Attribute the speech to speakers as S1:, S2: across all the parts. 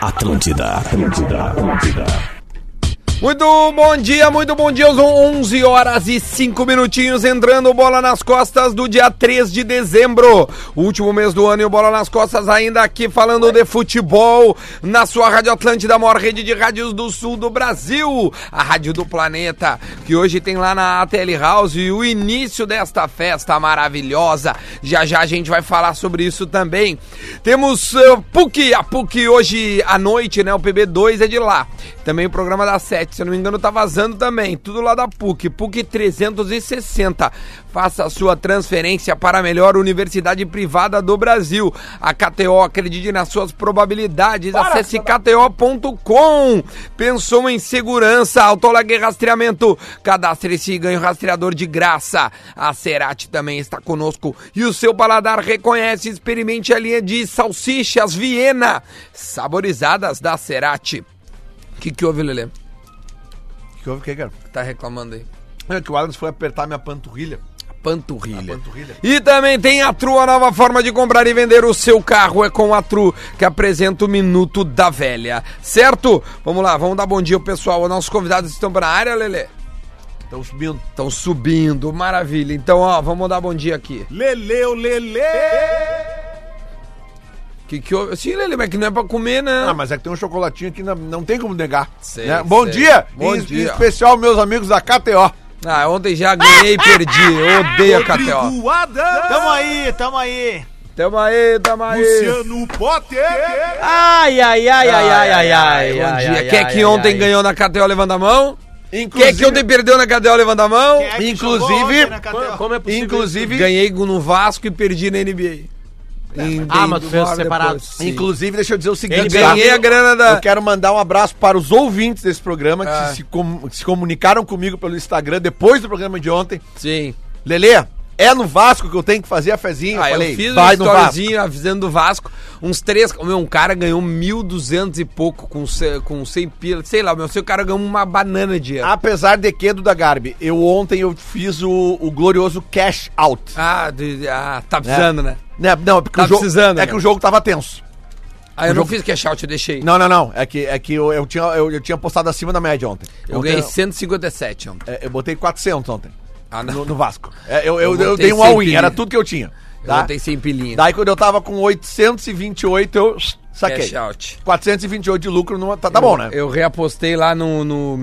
S1: Atlântida, Atlântida, Atlântida.
S2: Muito bom dia, muito bom dia. São 11 horas e 5 minutinhos entrando bola nas costas do dia 3 de dezembro. Último mês do ano e o bola nas costas ainda aqui falando de futebol na sua Rádio Atlântida, a maior rede de rádios do sul do Brasil, a Rádio do Planeta, que hoje tem lá na ATL House o início desta festa maravilhosa. Já já a gente vai falar sobre isso também. Temos eh, PUC, a PUC hoje à noite, né? O PB2 é de lá. Também o programa da 7, se eu não me engano, tá vazando também. Tudo lá da PUC, PUC 360. Faça a sua transferência para a melhor universidade privada do Brasil. A KTO acredite nas suas probabilidades. Acesse kto.com. Pensou em segurança, Autolag Rastreamento. Cadastre-se e ganhe o rastreador de graça. A Cerati também está conosco. E o seu paladar reconhece e experimente a linha de salsichas Viena, saborizadas da Cerati. O que, que houve, Lelê?
S3: O que houve, que, cara?
S2: Tá reclamando aí.
S3: É que o Adams foi apertar minha panturrilha.
S2: Panturrilha.
S3: Panturrilha.
S2: E também tem a Tru, a nova forma de comprar e vender o seu carro. É com a Tru que apresenta o Minuto da Velha. Certo? Vamos lá, vamos dar bom dia ao pessoal. Os nossos convidados estão pra área, Lelê?
S3: Estão subindo.
S2: Estão subindo, maravilha. Então, ó, vamos dar bom dia aqui.
S3: Leleu, lele!
S2: Que que houve? Sim, Lelê, mas que não é pra comer, né?
S3: Ah, mas é que tem um chocolatinho aqui, não, não tem como negar.
S2: Sei,
S3: né? Bom
S2: sei.
S3: dia!
S2: Bom
S3: em,
S2: dia.
S3: em especial, meus amigos da KTO.
S2: Ah, ontem já ganhei e perdi. Eu odeio a KTO.
S4: Tamo aí, tamo aí.
S2: Tamo aí, tamo aí.
S3: Potter!
S4: Ai, ai, ai, ai, ai, ai, ai.
S2: Bom
S4: ai,
S2: dia.
S4: ai,
S2: Quem é
S4: ai,
S2: que
S4: ai,
S2: ontem
S4: ai.
S2: ganhou na KTO? Levanta a mão. Quem é
S3: Inclusive,
S2: que ontem perdeu na KTO? Levanta a mão.
S4: Quem é que
S3: Inclusive-
S4: jogou ontem na KTO?
S5: Como é possível?
S3: inclusive,
S2: Ganhei no Vasco e perdi na
S3: É,
S2: NBA. Em-
S5: Ah,
S2: em-
S5: mas tu fez
S2: depois.
S5: separados.
S2: Sim.
S3: inclusive, deixa eu dizer o
S2: Eu
S3: seguinte,
S2: ganhei a grana da.
S3: Eu quero mandar um abraço para os ouvintes desse programa que,
S2: Ah.
S3: se, com- que se comunicaram comigo pelo Instagram depois do programa de ontem.
S2: Sim.
S3: Lelê, é no Vasco que eu tenho que fazer a fezinha.
S2: Ah,
S3: eu
S2: eu
S3: falei,
S2: fiz um
S3: vai no Vasco.
S2: storyzinho avisando do Vasco. Uns três. Meu, um cara ganhou 1.200 e pouco com, ce- com 100 pila. Sei lá, meu. Sei o cara ganhou uma banana de dinheiro.
S3: Apesar de que, Duda Garbi, eu ontem eu fiz o, o glorioso cash out.
S2: Ah, de- ah, tá precisando, né?
S3: Né? Não, é porque
S2: Tá
S3: o jogo,
S2: precisando, né?
S3: É que o jogo tava tenso.
S2: Ah, eu
S3: O
S2: não
S3: jogo-
S2: fiz cash out, eu deixei.
S3: Não, não, não. É que, é que eu, eu tinha, eu, eu tinha postado acima da média ontem.
S2: eu
S3: Ontem
S2: ganhei
S3: eu-
S2: 157 ontem.
S3: é, eu botei 400 ontem
S2: Ah, não.
S3: no, no Vasco. É, eu, eu,
S2: Eu
S3: eu
S2: botei
S3: dei um
S2: sem
S3: all-in,
S2: pilha.
S3: era tudo que eu tinha.
S2: Eu
S3: Tá?
S2: botei 100 pilinha.
S3: Daí quando eu tava com 828, eu saquei.
S2: Cash out.
S3: 428 de lucro numa. Tá, tá bom, né?
S2: Eu reapostei lá no. no...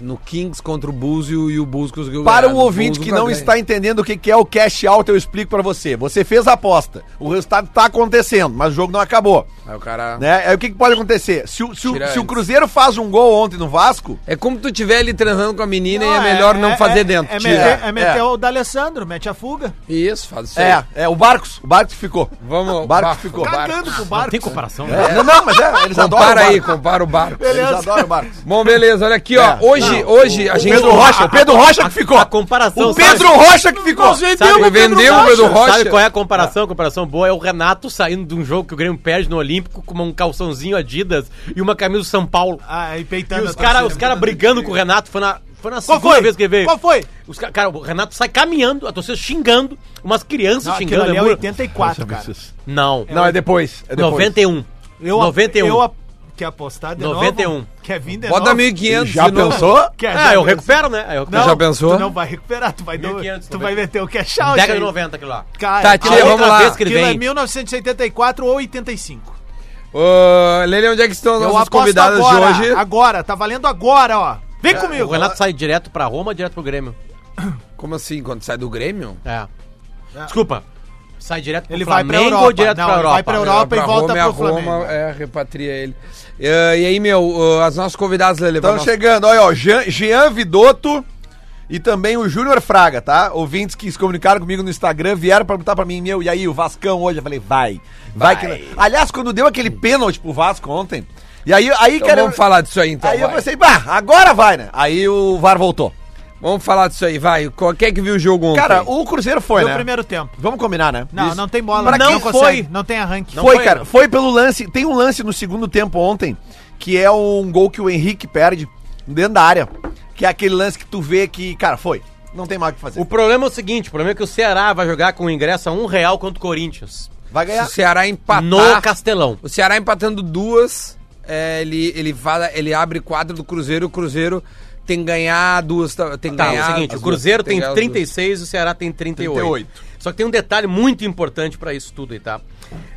S2: no Kings contra o Bulls e o, e o Bulls conseguiu
S3: Para
S2: ganhar.
S3: o
S2: Bulls
S3: ouvinte que
S2: nunca
S3: não
S2: ganha.
S3: está entendendo o que que é o cash out, eu explico pra você. Você fez a aposta, o resultado tá acontecendo, mas o jogo não acabou.
S2: Aí o cara.
S3: Né? Aí o que, que pode acontecer? Se, o- se o,
S2: Tira
S3: se o
S2: antes.
S3: Cruzeiro faz um gol ontem no Vasco,
S2: É como tu tiver ali transando com a menina e é
S4: Não,
S2: melhor não fazer
S4: é-
S2: dentro.
S4: É,
S2: Tira.
S4: meter, é meter
S3: É.
S4: o D'Alessandro, mete a fuga.
S2: Isso, faz isso. aí.
S3: é, é o Barcos. O Barcos ficou.
S2: Vamos.
S3: O Barcos
S2: Barco.
S3: ficou.
S4: Cagando pro barco.
S5: Tem comparação, né?
S3: É, Não, não, mas é, eles adoram.
S2: Compara
S3: o
S2: aí,
S3: Barcos.
S2: compara o barco.
S3: Eles adoram o Barcos.
S2: Bom, beleza, olha aqui, ó.
S3: É,
S2: Hoje, hoje a
S3: O
S2: gente.
S3: Pedro Rocha, o Pedro Rocha que ficou.
S5: A comparação,
S3: O Pedro Rocha que ficou.
S2: Sabe, vendeu o Pedro Rocha.
S5: Sabe qual é a comparação? A comparação boa é o Renato saindo de um jogo que o Grêmio perde no Olímpico com um calçãozinho Adidas e uma camisa do São Paulo.
S4: Ah, e
S5: E
S4: peitando
S5: os
S4: a torcida.
S5: caras os cara brigando com o Renato. Foi na, foi na
S4: Qual
S5: segunda
S4: foi?
S5: vez que ele veio.
S4: Qual foi?
S5: Os ca- cara, o Renato sai caminhando, a torcida xingando, umas crianças
S4: Não, aquilo
S5: xingando.
S4: ali
S5: é
S4: é
S5: muro.
S4: 84, cara.
S5: Não,
S3: Não, é depois. É depois.
S5: 91.
S4: Eu,
S5: 91.
S4: Eu, ap- quer apostar de
S5: 91.
S4: novo? Quer vir de
S2: Bota
S4: novo?
S2: 1.500
S3: Já
S2: de novo.
S3: pensou?
S4: Quer
S5: ah, eu
S4: dar-
S5: recupero, né? Aí Eu recupero.
S4: É, Não,
S2: Já pensou?
S4: Tu não vai recuperar, tu vai, dar-
S5: 1500,
S4: tu vai meter o cash out.
S5: Década de
S4: aí.
S5: 90 aquilo lá.
S4: Cara,
S2: Tá,
S5: A
S2: tira,
S5: outra
S2: vamos lá.
S5: vez que ele
S4: aquilo é
S5: vem.
S4: 1974 ou 85.
S2: Ô, Lele, onde é que estão os
S4: Eu
S2: nossos
S4: aposto
S2: convidados
S4: agora,
S2: de hoje? É,
S4: Agora, tá valendo agora, ó. Vem comigo.
S5: É, O Renato sai direto pra Roma, direto pro Grêmio.
S2: Como assim, quando sai do Grêmio?
S5: É. Desculpa. Sai direto pro
S4: Ele vai
S5: Flamengo
S4: pra
S5: ou
S4: Europa?
S5: direto
S4: Não,
S5: pra
S4: ele
S5: Europa?
S4: vai pra Europa e volta
S2: Roma, e a
S4: pro Flamengo.
S2: Roma, é, repatria ele. Eh, e aí, meu, uh, as nossas convidadas, Lele,
S4: Então
S3: Estão
S2: vamos-
S3: chegando, olha, ó, Jean, Jean Vidotto e também o Júnior Fraga, tá? Ouvintes que se comunicaram comigo no Instagram vieram perguntar pra mim, meu, e aí, o Vascão hoje? Eu falei, vai, vai. que não- Aliás, quando deu aquele pênalti pro Vasco ontem, e aí, aí
S2: Então
S3: cara,
S2: vamos falar disso aí, então.
S3: aí eu
S2: vai.
S3: pensei, bah, agora vai, né? Aí o VAR voltou.
S2: Vamos falar disso aí, vai. Qual- Quem é que viu o jogo ontem?
S3: Cara, o Cruzeiro foi,
S4: No
S3: né?
S4: primeiro tempo.
S3: Vamos combinar, né?
S4: Não, não tem bola.
S3: Pra
S4: não
S3: quem
S4: consegue,
S3: foi?
S4: Não tem arranque.
S3: foi, cara. Foi pelo lance. Tem um lance no segundo tempo ontem, que é um gol que o Henrique perde dentro da área. Que é aquele lance que tu vê que, cara, foi. Não tem mais o que fazer.
S5: O problema é o seguinte, o problema é que o Ceará vai jogar com o ingresso a um real contra o Corinthians.
S3: Vai
S2: Se o
S3: ganhar.
S2: Ceará empatar...
S5: No Castelão.
S2: O Ceará empatando duas, é, ele, ele, fala, ele abre quadro do Cruzeiro, o Cruzeiro tem que ganhar duas. ta- Tem que
S5: Tá, é
S2: ganhar
S5: o seguinte,
S2: as
S5: o Cruzeiro
S2: duas, que
S5: tem
S2: ganhar as
S5: 36, o Ceará tem 38.
S3: 38.
S5: Só que tem um detalhe muito importante pra isso tudo aí, tá?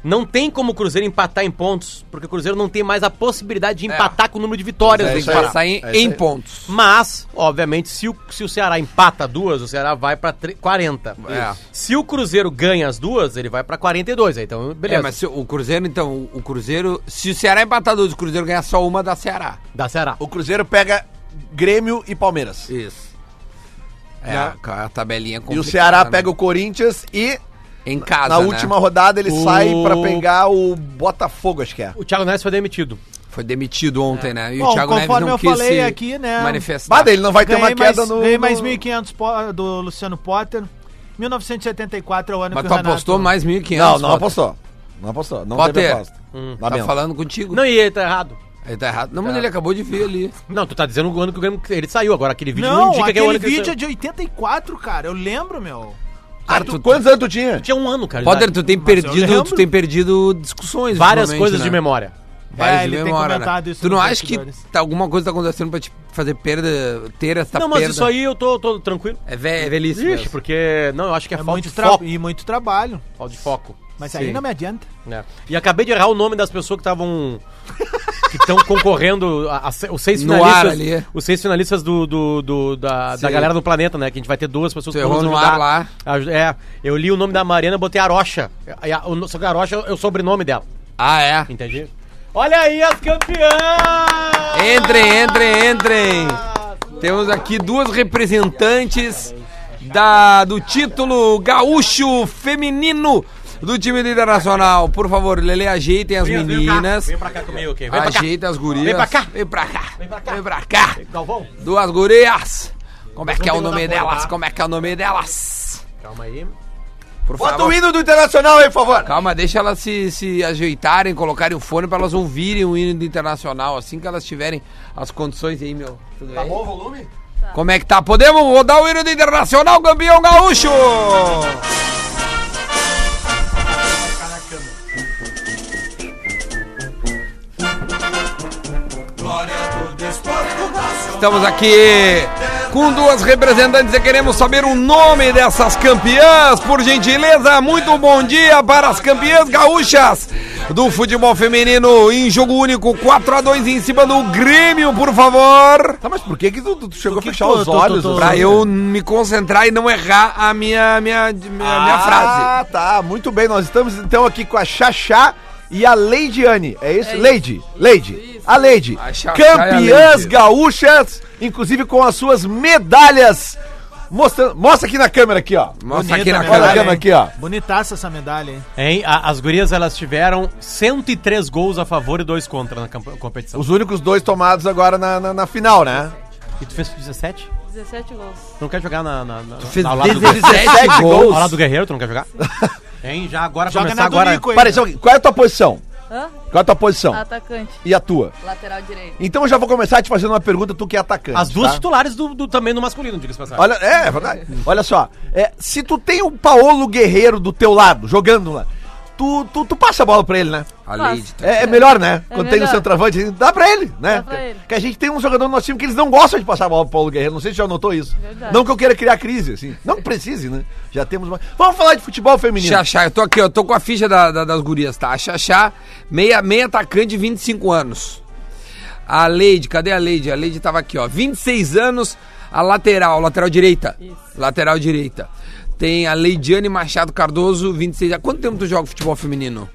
S5: Não tem como o Cruzeiro empatar em pontos, porque o Cruzeiro não tem mais a possibilidade de empatar com o número de vitórias
S2: duas.
S5: do
S2: Tem que
S5: Ceará.
S2: passar em,
S3: É isso
S2: em
S3: aí.
S2: pontos.
S5: Mas, obviamente, se o, se o Ceará empata duas, o Ceará vai pra tre- 40.
S2: É.
S5: Isso. Se o Cruzeiro ganha as duas, ele vai pra 42. aí, Então, beleza.
S2: É, mas se o Cruzeiro, então, o Cruzeiro. Se o Ceará empatar duas, o Cruzeiro ganhar só uma da Ceará.
S5: Dá Ceará.
S3: O Cruzeiro pega Grêmio e Palmeiras.
S2: Isso. É,
S3: Né?
S2: com a tabelinha
S3: E o Ceará
S2: né?
S3: pega o Corinthians e
S2: em casa.
S3: na
S2: né?
S3: última rodada ele
S5: O-
S3: sai pra pegar o Botafogo, acho que é.
S5: O Thiago Neves foi demitido.
S2: Foi demitido ontem, né? E
S4: Bom,
S2: o Thiago Neves
S4: conforme
S2: não
S4: eu
S2: quis
S4: falei
S2: se
S4: aqui, né,
S2: manifestar.
S3: Bada, ele não vai ter é uma queda
S4: mais,
S3: no.
S4: Ganhei mais
S3: no-
S4: 1.500 po- do Luciano Potter. 1974 é o ano
S2: Mas
S4: que
S2: tu apostou mais 1.500.
S3: Não, não
S2: Potter.
S3: apostou. Não apostou. Não
S2: Potter.
S3: teve aposta.
S2: Tá
S3: Lamento.
S2: falando contigo?
S5: Não, e ele tá errado.
S2: Ele tá errado. Não, mas ele acabou de vir ali.
S5: Não, tu tá dizendo o ano que o Grêmio- ele saiu agora. Aquele vídeo não,
S4: Não,
S5: indica que é o
S4: aquele
S5: ano que ele
S4: vídeo é
S5: saiu.
S4: de 84, cara. Eu lembro, meu.
S2: Cara,
S3: Ah, tu-
S2: tu-
S3: Quantos anos tu tinha?
S5: Tinha um ano, cara. de
S2: Potter,
S5: idade.
S2: tu tem
S4: Mas eu
S2: perdido,
S4: lembro.
S2: tu tem perdido discussões
S5: Várias
S2: ultimamente,
S5: coisas
S2: né?
S5: de memória.
S2: Várias
S4: É,
S2: de
S4: ele tem
S2: memória, né?
S4: comentado isso
S2: Tu não
S4: nos
S2: acha que
S4: bastidores.
S2: tá- alguma coisa tá acontecendo pra te fazer perda, ter essa
S5: não, mas
S2: Tá perda?
S5: isso aí eu tô, tô tranquilo.
S2: é, ve é velhice
S5: Ixi,
S2: mesmo.
S5: porque. Não, eu acho que é,
S4: É
S5: falta
S4: muito
S5: de
S4: tra-
S5: foco.
S4: E muito trabalho.
S5: Falta de foco.
S4: Mas
S2: Sim.
S4: aí não me adianta.
S5: né? E acabei de errar o nome das pessoas que estavam. que estão concorrendo. a- a se- os seis
S2: No
S5: finalistas.
S2: ar ali.
S5: Os seis finalistas do, do- do- da, da
S2: Sim.
S5: galera do planeta, né? Que a gente vai ter duas pessoas
S2: Tu
S5: que
S2: errou no ar lá.
S5: Aj- É, eu li o nome da Mariana, botei Arocha. É, é, o- Só que Arocha é o sobrenome dela,
S2: Ah, é?
S5: entendi? Olha aí as campeãs!
S2: Entrem, entrem, entrem. Temos aqui duas representantes da, do título gaúcho feminino do time do Internacional. Por favor, Lele, ajeitem as meninas.
S5: Vem pra cá comigo, ok? Vem pra cá.
S2: Ajeita as gurias.
S5: Vem pra cá.
S2: Vem pra cá. Vem
S5: pra cá.
S2: pra cá.
S5: Galvão,
S2: Duas gurias. Como é que é o
S5: vamos
S2: nome
S5: derrubar.
S2: delas? Como é que é o nome delas?
S5: calma aí.
S2: Por
S3: Bota o
S5: um-
S2: favor.
S3: hino do Internacional aí, por favor.
S2: Calma, deixa elas se, se ajeitarem, colocarem o fone pra elas ouvirem o hino do Internacional assim que elas tiverem as condições aí, meu. Tudo
S5: Tá
S2: bem?
S3: o volume?
S2: Como é que tá? Podemos rodar o hino do Internacional, campeão gaúcho! Estamos aqui com duas representantes e queremos saber o nome dessas campeãs. Por gentileza, muito bom dia para as campeãs gaúchas do futebol feminino em jogo único 4x2 em cima do Grêmio, por favor.
S3: Tá, mas por que que tu, tu chegou
S4: que
S3: a fechar
S4: tu-
S3: os
S4: tu-
S3: olhos?
S4: tu- tu-
S2: Pra eu me concentrar e não errar a minha, minha, minha, minha frase.
S3: Ah, tá. Muito bem. Nós estamos então aqui com a Xaxá e a Leidiane. É isso? Leide. Leide. A Leide.
S2: A Xaxá e a
S3: Campeãs
S2: Leide.
S3: gaúchas, inclusive com as suas medalhas. Mostrando, mostra aqui na câmera aqui, ó.
S2: Mostra
S4: Bonita
S2: aqui na
S3: Olha
S4: a
S3: a
S2: câmera.
S4: medalha,
S3: câmera
S4: hein?
S3: aqui, ó.
S4: Bonitaça essa medalha, hein?
S5: Hein? A- as gurias elas tiveram 103 gols a favor e 2 contra na camp- competição.
S3: Os únicos dois tomados agora na, na, na final, né?
S5: E tu fez 17?
S6: 17 gols.
S5: Tu não quer jogar na, na, na,
S2: Fez
S5: ao lado do Guerreiro?
S2: 17
S5: Ao
S2: gols.
S5: lado do Guerreiro, tu não quer jogar? hein? Já agora
S4: Joga
S5: começar
S4: na do
S5: agora.
S4: Nico, hein?
S3: Peraí, só um pouquinho. qual é a tua posição?
S6: Hã?
S3: Qual é a tua posição?
S6: Atacante.
S3: E a tua?
S6: Lateral direito.
S3: Então eu já vou começar te fazendo uma pergunta, tu que é atacante.
S5: As duas
S3: tá?
S5: titulares do, do- também no masculino, diga-se de passagem.
S3: Olha, é, é verdade. Olha só, é, se tu tem o Paolo Guerreiro do teu lado, jogando lá, tu, tu, tu passa a bola pra ele, né?
S2: A Leide. tá-
S3: É, é melhor, né?
S6: É
S3: Quando tem o
S6: melhor.
S3: centroavante, assim, dá pra ele, né?
S6: Dá pra ele.
S3: Que a gente tem um jogador no nosso time que eles não gostam de passar a bola pro Paulo Guerreiro, não sei se já notou isso.
S6: Verdade.
S3: Não que eu queira criar crise, assim. Não que precise, né? Já temos uma... Vamos falar de futebol feminino.
S2: Xaxá, eu tô aqui, eu tô com a ficha da- da- das gurias, tá? A Xaxá, meia, meia atacante, 25 anos. A Leide, cadê a Leide? A Leide tava aqui, ó. 26 anos, a lateral, lateral direita.
S6: Isso.
S2: Lateral direita. Tem a Leidiane Machado Cardoso, 26 anos. Quanto tempo tu joga futebol feminino?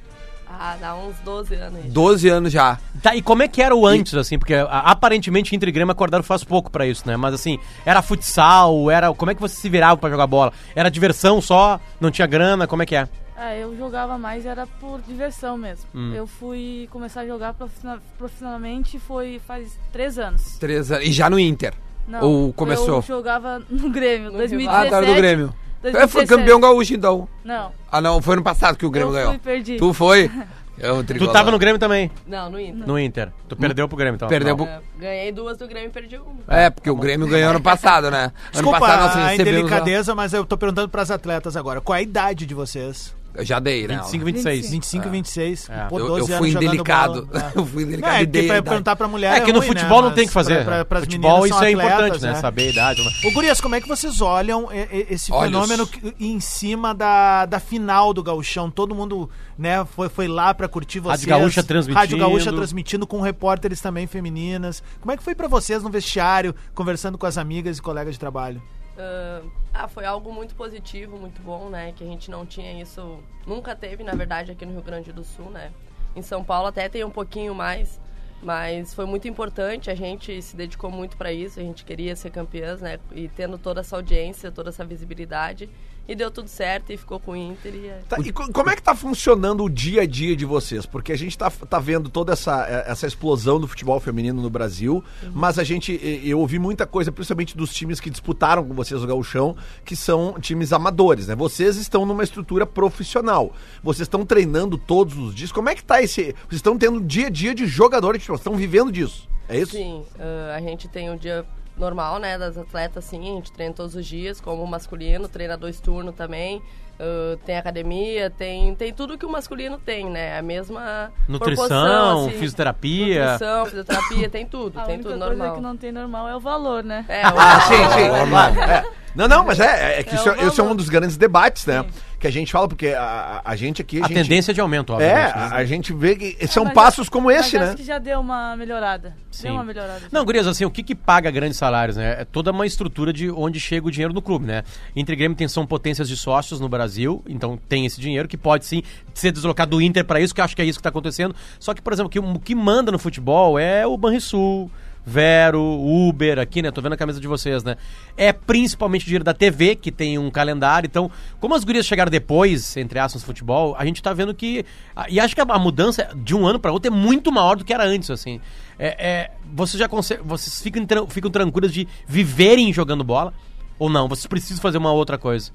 S6: Ah, dá uns 12 anos. aí.
S2: 12 anos já.
S5: Tá, e como é que era o antes, assim? Porque a- aparentemente Inter e Grêmio acordaram faz pouco pra isso, né? Mas assim, era futsal, era. Como é que você se virava pra jogar bola? Era diversão só? Não tinha grana? Como é que é?
S6: Ah, eu jogava mais, era por diversão mesmo. Eu fui começar a jogar profissional- profissionalmente foi faz 3 anos.
S2: Três anos. E já no Inter. Ou começou?
S6: Eu jogava no Grêmio, 2017.
S2: Ah, tá do Grêmio. É,
S6: 2017.
S2: foi campeão gaúcho, então.
S6: Não,
S2: Ah, não, foi ano passado que o Grêmio
S6: Eu
S2: ganhou.
S6: fui, perdi.
S2: Tu foi. É um Eu,
S5: Tu tava no Grêmio também,
S7: Não, no Inter.
S5: no Inter. Tu perdeu pro Grêmio, então.
S2: Perdeu
S5: Não.
S2: pro-
S7: É, ganhei duas do Grêmio e perdi uma.
S2: É, porque o Grêmio ganhou ano passado, né?
S4: Desculpa
S2: ano passado nós
S4: a
S2: recebemos. ó.
S4: indelicadeza, mas eu tô perguntando pras atletas agora. Qual é a idade de vocês?
S2: Eu já dei, né?
S5: 25, 26.
S4: 25 e 26.
S5: É.
S4: Pô,
S2: Eu,
S4: 12
S2: eu
S4: anos
S2: fui
S4: jogando
S2: indelicado.
S4: bola. É.
S2: Eu fui
S4: Não,
S2: indelicado
S4: é
S2: e
S4: que
S2: dei a
S4: pra
S2: idade.
S4: perguntar pra mulher.
S5: É que no
S4: ruim, né?
S5: futebol não
S4: Mas
S5: tem que fazer.
S4: Pra, pra, pras
S5: futebol
S4: meninas
S5: isso
S4: são
S5: é
S4: atletas,
S5: importante, né? Saber a idade.
S4: Ô, Gurias, como é que vocês olham e- e- esse
S2: Olhos.
S4: fenômeno que- em cima da, da final do Gauchão? Todo mundo né, foi, foi lá pra curtir vocês.
S5: Rádio Gaúcha transmitindo.
S4: Rádio Gaúcha transmitindo com repórteres também femininas. Como é que foi pra vocês no vestiário, conversando com as amigas e colegas de trabalho?
S7: Ah, ah, foi algo muito positivo, muito bom, né? Que a gente não tinha isso, nunca teve, na verdade, aqui no Rio Grande do Sul, né? Em São Paulo até tem um pouquinho mais, mas foi muito importante, a gente se dedicou muito para isso, a gente queria ser campeãs, né? E tendo toda essa audiência, toda essa visibilidade, e deu tudo certo e ficou com o Inter e é,
S3: Tá, e co- como é que tá funcionando o dia a dia de vocês? Porque a gente tá, tá vendo toda essa, eh, essa explosão do futebol feminino no Brasil, mas a gente, eh, eu ouvi muita coisa, principalmente dos times que disputaram com vocês o Gauchão, que são times amadores, né? Vocês estão numa estrutura profissional, vocês estão treinando todos os dias, como é que tá esse... Vocês estão tendo dia a dia de jogadores, de futebol, vocês estão vivendo disso, é isso?
S7: Sim, ah, a gente tem o dia normal, né, das atletas, sim, a gente treina todos os dias, como o masculino, treina dois turnos também, ah, tem academia, tem, tem tudo que o masculino tem, né, a mesma
S5: Nutrição,
S7: proporção, assim,
S5: fisioterapia.
S7: Nutrição, fisioterapia, tem tudo,
S6: A
S7: tem
S6: única
S7: tudo
S6: coisa
S7: normal.
S6: que não tem normal é o valor, né?
S7: É, o-
S3: Ah, sim, sim. claro, é. Não, não, mas é, é que
S6: É
S3: isso,
S6: o
S3: é- esse é
S6: valor.
S3: um dos grandes debates, né? Que a gente fala, porque a, a- a gente aqui.
S5: A
S3: gente-
S5: tendência é de aumento,
S3: É,
S5: obviamente. né?
S3: a, a gente vê que são
S6: mas
S3: passos
S6: acho-
S3: como esse,
S6: mas
S3: né?
S6: Acho que já deu uma melhorada.
S5: Sim.
S6: Deu uma melhorada.
S5: Não, Gurias, assim, o que que paga grandes salários, né? É toda uma estrutura de onde chega o dinheiro no clube, né? Inter e Grêmio tem, são potências de sócios no Brasil, então tem esse dinheiro que pode sim ser deslocado do Inter pra isso, que eu acho que é isso que tá acontecendo. Só que, por exemplo, que, o que manda no futebol é o Banrisul. Vero, Uber, aqui, né? Tô vendo a camisa de vocês, né? É principalmente o dinheiro da TV, que tem um calendário. Então, como as gurias chegaram depois, entre aspas, no futebol, a gente tá vendo que. E acho que a- a mudança de um ano pra outro é muito maior do que era antes, assim. É, é, vocês já conse- vocês ficam, tran- ficam tranquilas de viverem jogando bola? Ou não? Vocês precisam fazer uma outra coisa?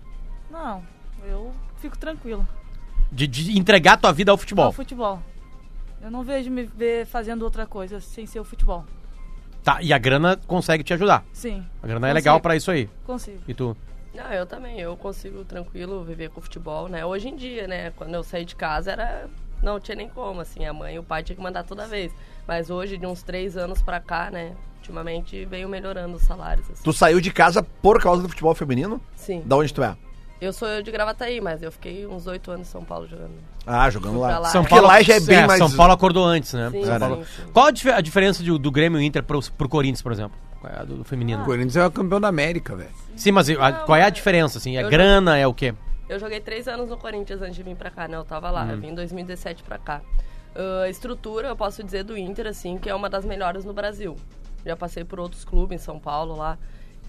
S6: Não, eu fico tranquilo.
S5: De, de entregar a tua vida ao
S6: Bom.
S5: futebol.
S6: futebol. Eu não vejo me ver fazendo outra coisa sem ser o futebol.
S5: Tá, e a grana consegue te ajudar.
S6: Sim,
S5: A grana é
S6: Consegue.
S5: legal pra isso aí.
S6: consigo.
S5: E tu?
S7: Não, eu também, eu consigo tranquilo viver com o futebol, né? Hoje em dia, né? Quando eu saí de casa era. Não tinha nem como, assim, a mãe e o pai tinha que mandar toda vez. Mas hoje, de uns três anos pra cá, né? Ultimamente veio melhorando os salários. Assim.
S3: Tu saiu de casa por causa do futebol feminino?
S7: Sim.
S3: Da onde tu é?
S7: Eu sou de Gravataí, mas eu fiquei uns oito anos em São Paulo jogando.
S3: Ah, jogando
S7: Fui
S3: lá.
S7: pra lá.
S3: São
S7: Porque
S3: Paulo lá já é bem mais.
S5: São Paulo acordou antes, né?
S7: Sim,
S5: São
S7: sim,
S5: Paulo-
S7: sim.
S5: Qual a, dif- a diferença de- do Grêmio e Inter pro, pro Corinthians, por exemplo? Qual é a do, do
S2: O
S5: feminino?
S2: Corinthians é o campeão da América, velho.
S5: Sim, mas e- a-
S7: Ah. Não,
S5: qual é a
S7: é-
S5: diferença, assim? É
S7: eu
S5: grana, é o quê?
S7: Eu joguei três anos no Corinthians antes de vir pra cá, né? Eu tava lá,
S2: Hum.
S7: eu vim em 2017 pra cá. Ah, a estrutura, eu posso dizer, do Inter, assim, que é uma das melhores no Brasil. Já passei por outros clubes em São Paulo lá.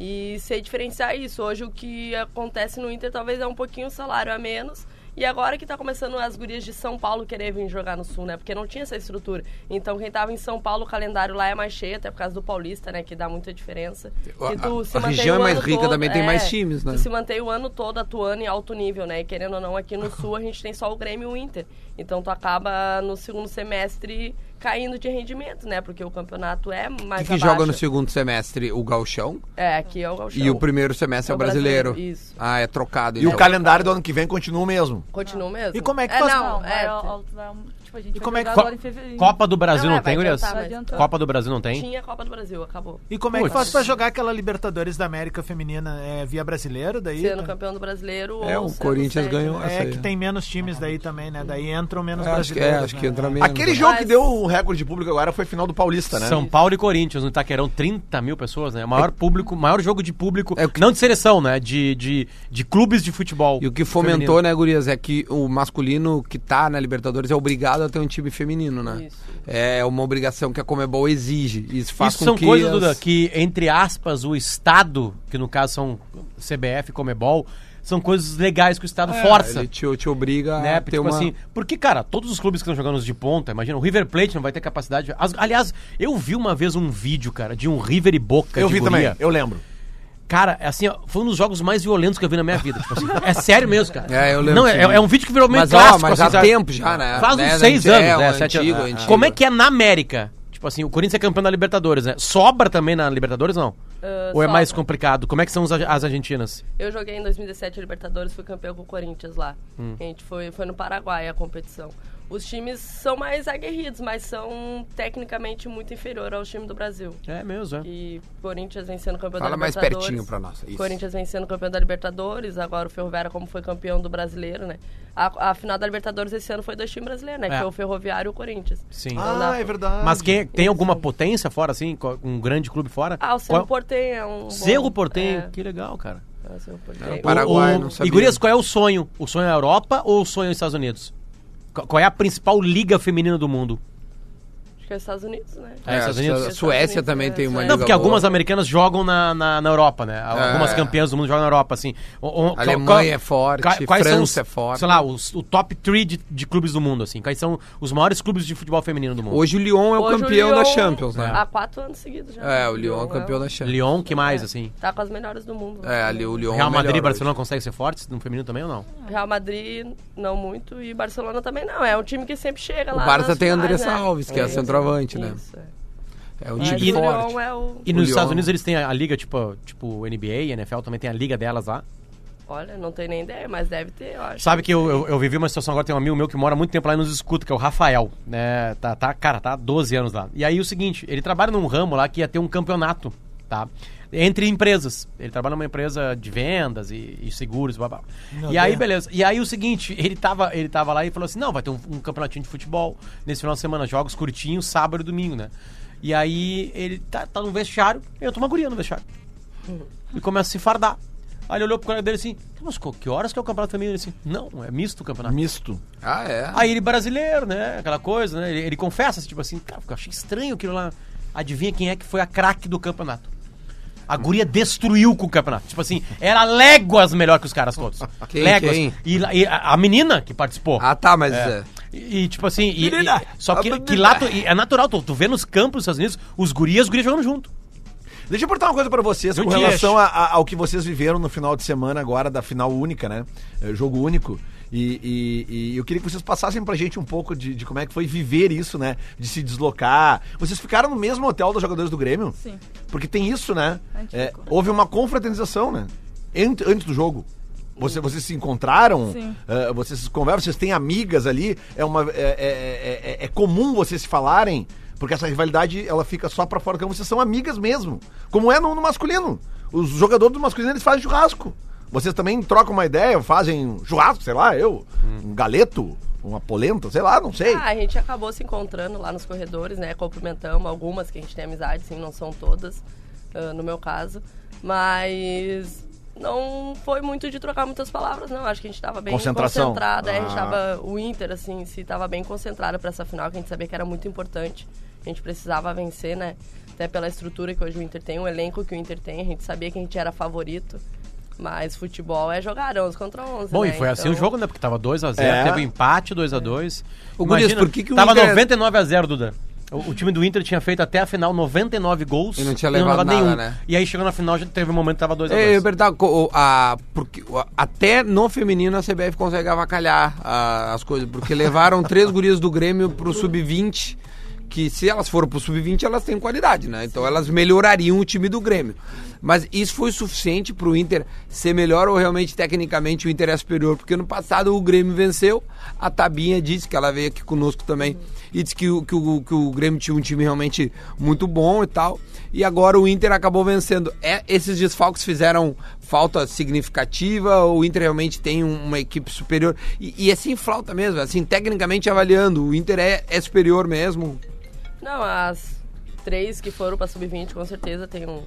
S7: E sei diferenciar isso. Hoje o que acontece no Inter talvez é um pouquinho o salário a menos. E agora que tá começando as gurias de São Paulo querer vir jogar no Sul, né? Porque não tinha essa estrutura. Então quem tava em São Paulo, o calendário lá é mais cheio, até por causa do Paulista, né? Que dá muita diferença.
S2: A-
S7: E tu
S2: a-
S7: se
S2: a
S7: mantém
S2: região
S7: o
S2: é mais
S7: ano
S2: rica,
S7: todo,
S2: também tem
S7: é,
S2: mais times, né?
S7: Tu se mantém o ano todo atuando em alto nível, né? E querendo ou não, aqui no Sul a gente tem só o Grêmio e o Inter. Então tu acaba no segundo semestre caindo de rendimento, né? Porque o campeonato é
S2: O que,
S7: mais
S2: que
S7: abaixo.
S2: joga no segundo semestre? O Galchão?
S7: É, aqui é o Gauchão.
S2: E o primeiro semestre é
S7: É
S2: o
S7: o
S2: brasileiro.
S7: brasileiro, isso.
S2: Ah, é trocado.
S3: E o
S2: então.
S3: calendário do ano que vem continua o mesmo.
S7: Continua mesmo?
S4: E como é que
S7: é,
S4: faz-
S7: Não,
S6: vai
S7: é...
S6: ao- ao- vai ao- tipo, a gente
S4: E
S6: vai
S4: como é que
S6: jogar
S5: Co-
S6: agora em fevereiro.
S5: Copa do Brasil
S7: Não,
S5: não,
S7: é,
S5: tem,
S7: vai
S5: Gurias?
S7: adiantar, vai
S6: adiantar.
S5: Copa do Brasil não tem?
S7: Tinha a Copa do Brasil, acabou.
S4: E como é
S5: Puts.
S4: que faz pra jogar aquela Libertadores da América feminina? É via brasileiro daí?
S7: Sendo
S4: Tá-
S7: campeão do brasileiro
S2: É,
S7: ou
S2: o
S7: sendo
S2: Corinthians
S7: sétimo.
S2: ganhou essa
S4: É
S2: aí.
S4: que tem menos times daí também, né? Daí entram menos
S2: É, acho que, é,
S4: brasileiros.
S2: acho que
S4: né?
S2: entra menos.
S3: Aquele
S2: né?
S3: jogo que
S7: Mas-
S3: deu o recorde de público agora foi final do Paulista, né?
S5: São Paulo e Corinthians, no Itaquerão, 30 mil pessoas, né? O maior público, maior jogo de público,
S2: É o que-
S5: não de seleção, né? De, de, de clubes de futebol.
S2: E o que fomentou, né, Gurias, é que o masculino que tá na Libertadores é obrigado a ter um time feminino, né?
S7: Isso.
S2: É uma obrigação que a Comebol exige. Isso faz
S5: Isso
S2: com
S5: são
S2: que.
S5: coisas,
S2: as-
S5: Duda, que, entre aspas, o Estado, que no caso são CBF, Comebol, são coisas legais que o Estado força.
S2: É, Ele te, te obriga
S5: né?
S2: a
S5: Porque,
S2: ter
S5: tipo
S2: Ah, uma.
S5: assim, porque, cara, todos os clubes que estão jogando os de ponta, imagina, o River Plate não vai ter capacidade. As- aliás, eu vi uma vez um vídeo, cara, de um River e Boca
S3: Eu
S5: de
S3: vi
S5: guria.
S3: também, eu lembro.
S5: Cara, é assim, ó, foi um dos jogos mais violentos que eu vi na minha vida. tipo assim, é sério mesmo, cara.
S2: É, eu lembro
S5: Não, é,
S2: disso.
S5: é um vídeo que virou meio
S2: Mas, ó,
S5: clássico. assim,
S2: mas há
S5: sabe?
S2: tempo já, né?
S5: Faz uns
S2: Né,
S5: seis
S2: anti- é,
S5: anos, né?
S2: um
S5: Sete
S2: antigo,
S5: anos.
S2: antigo.
S5: Como é que é na América? Tipo assim, o Corinthians é campeão da Libertadores, né? Sobra também na Libertadores, não?
S7: Ah,
S5: Ou é
S7: só-
S5: mais complicado? Como é que são os a- as argentinas?
S7: Eu joguei em 2017 a Libertadores, fui campeão com o Corinthians lá.
S2: Hum.
S7: A gente foi, foi no Paraguai a competição. Os times são mais aguerridos, mas são tecnicamente muito inferior aos times do Brasil.
S5: É mesmo, é.
S7: E Corinthians vencendo campeão
S2: Fala
S7: da
S2: mais
S7: Libertadores.
S2: pertinho pra nós, isso.
S7: Corinthians vencendo campeão da Libertadores, agora o Ferroviário como foi campeão do brasileiro, né? A, a final da Libertadores esse ano foi dois times brasileiros, né?
S5: É.
S7: Que foi o Ferroviário e o Corinthians.
S5: Sim.
S7: Não dá-
S4: Ah, é verdade.
S5: Mas quem, tem alguma potência fora, assim? co- Um grande clube fora?
S7: Ah,
S5: Qual-
S7: o Cerro Porteño é um. bom-
S5: Cerro Portenho,
S7: É,
S5: que legal, cara.
S7: é o Cerro Porteño.
S2: É, o Paraguai,
S5: O-
S2: não
S5: o-
S2: sabia.
S5: E Gurias, qual é o sonho? O sonho é a Europa ou o sonho é os Estados Unidos? Qu- Qual é a principal liga feminina do mundo?
S7: Acho que é os Estados Unidos, né?
S5: É, Estados Unidos.
S2: a Suécia também tem uma
S7: Não,
S2: liga
S5: Não, porque
S2: É, boa.
S5: algumas americanas jogam na, na, na Europa, né? Algumas
S2: É.
S5: campeãs do mundo jogam na Europa, assim. O- o-
S2: A Alemanha
S5: qual-
S2: é forte,
S5: qual-
S2: França
S5: os,
S2: é forte.
S5: Sei lá, os- o top 3 de, de clubes do mundo, assim. Quais são os maiores clubes de futebol feminino do mundo?
S2: Hoje o Lyon é o
S7: Hoje
S2: campeão
S7: Lyon-
S2: da Champions, né?
S7: Há quatro anos seguidos já. né?
S2: É, o Lyon é o campeão da Champions.
S5: Lyon, que mais, assim?
S7: Tá com as melhores do mundo.
S2: É, ali o É. Lyon é o
S5: Real Madrid e
S2: melhor
S5: Barcelona conseguem ser fortes no feminino também ou não?
S7: Real Madrid, não muito. E Barcelona também não. É um time que sempre chega lá.
S2: O Barça
S7: nas
S2: tem
S7: finais,
S2: Andressa
S7: né?
S2: Alves, que é
S7: Isso,
S2: centroavante, né?
S7: Isso, é.
S2: hoje. É um
S7: Mas
S2: time
S5: e-
S7: o
S2: forte.
S7: Lyon é o...
S5: E nos
S2: Lyon.
S5: Estados Unidos eles têm a, a liga, tipo, tipo NBA, NFL também tem a liga delas lá.
S7: Olha, não tenho nem ideia, mas deve ter, eu acho.
S5: Sabe que eu, eu, eu vivi uma situação agora, tem um amigo meu que mora muito tempo lá e nos escuta, que é o Rafael, né? Tá, tá, cara, tá há 12 anos lá. E aí o seguinte, ele trabalha num ramo lá que ia ter um campeonato, tá? Entre empresas. Ele trabalha numa empresa de vendas e, e seguros, blá, blá.
S4: Meu
S5: E aí,
S4: Deus.
S5: beleza. E aí o seguinte, ele tava, ele tava lá e falou assim: não, vai ter um, um campeonatinho de futebol nesse final de semana, jogos curtinhos, sábado e domingo, né? E aí ele tá, tá no vestiário, eu tô uma guria no vestiário e começa a se fardar. Aí ele olhou pro colega dele assim, "Tá, mas co- que horas que é o campeonato feminino? Ele assim, não, é misto o campeonato.
S4: Misto.
S2: Ah, é.
S5: Aí ele brasileiro, né, aquela coisa, né, ele, ele confessa, tipo assim, cara, eu achei estranho aquilo lá. Adivinha quem é que foi a craque do campeonato? A guria destruiu com o campeonato. Tipo assim, era léguas melhor que os caras todos.
S2: Quem,
S5: léguas.
S2: quem?
S5: E, lá- e a, a menina que participou.
S2: Ah, tá, mas é.
S5: E, e, tipo assim, e- e-
S4: Menina!
S5: só que, que lá tu- e é natural, tu, tu vê nos campos dos Estados Unidos os gurias e as gurias jogando junto.
S3: Deixa eu perguntar uma coisa pra vocês
S5: Eu
S3: com
S5: te
S3: relação a- a- ao que vocês viveram no final de semana agora da final única, né? É, Jogo único. E, e- e eu queria que vocês passassem pra gente um pouco de, de como é que foi viver isso, né? De se deslocar. Vocês ficaram no mesmo hotel dos jogadores do Grêmio?
S6: Sim.
S3: Porque tem isso, né?
S6: A gente
S3: É,
S6: ficou.
S3: houve uma confraternização, né? Ant- antes do jogo. Você, vocês se encontraram,
S6: Sim.
S3: eh, vocês conversam, vocês têm amigas ali, é, uma, é, é- é- é comum vocês se falarem, porque essa rivalidade ela fica só pra fora do campo, vocês são amigas mesmo. Como é no, no masculino. Os jogadores do masculino eles fazem churrasco. Vocês também trocam uma ideia, fazem um churrasco, sei lá, eu, um galeto, uma polenta, sei lá, não sei.
S7: Ah, a gente acabou se encontrando lá nos corredores, né? Cumprimentamos algumas que a gente tem amizade, sim, não são todas, ah, no meu caso. Mas não foi muito de trocar muitas palavras, não. Acho que a gente tava bem
S3: Concentração.
S7: concentrada. é, a gente
S3: Ah.
S7: tava, o Inter, assim, se tava bem concentrado pra essa final, que a gente sabia que era muito importante. A gente precisava vencer, né? Até pela estrutura que hoje o Inter tem, o elenco que o Inter tem. A gente sabia que a gente era favorito. Mas futebol é jogar 11 contra 11,
S5: Bom,
S7: né?
S5: e foi assim o
S7: Então-
S5: jogo, né? Porque tava 2x0,
S3: É.
S5: teve um empate 2x2.
S2: Ô, Gurias, por que que o
S5: Tava
S2: Inter-
S5: 99x0, Duda. O, o time do Inter tinha feito até a final 99 gols.
S2: E não tinha levado nada, né?
S5: E aí chegou na final, já teve um momento que tava 2x2.
S2: É, eu perguntar, co- o- a, porque, o- até no feminino a CBF consegue avacalhar a- as coisas, porque levaram três gurias do Grêmio pro Sub-20, que se elas forem pro Sub-20, elas têm qualidade, né? Então elas melhorariam o time do Grêmio. Mas isso foi suficiente pro Inter ser melhor ou realmente tecnicamente o Inter é superior? Porque no passado o Grêmio venceu, a Tabinha disse que ela veio aqui conosco também e disse que o, que, o, que o Grêmio tinha um time realmente muito bom e tal. E agora o Inter acabou vencendo. É, esses desfalques fizeram falta significativa? O Inter realmente tem um- uma equipe superior? E, e assim, flauta mesmo, assim, tecnicamente avaliando, o Inter é, é superior mesmo?
S7: Não, as três que foram pra sub-20 com certeza tem um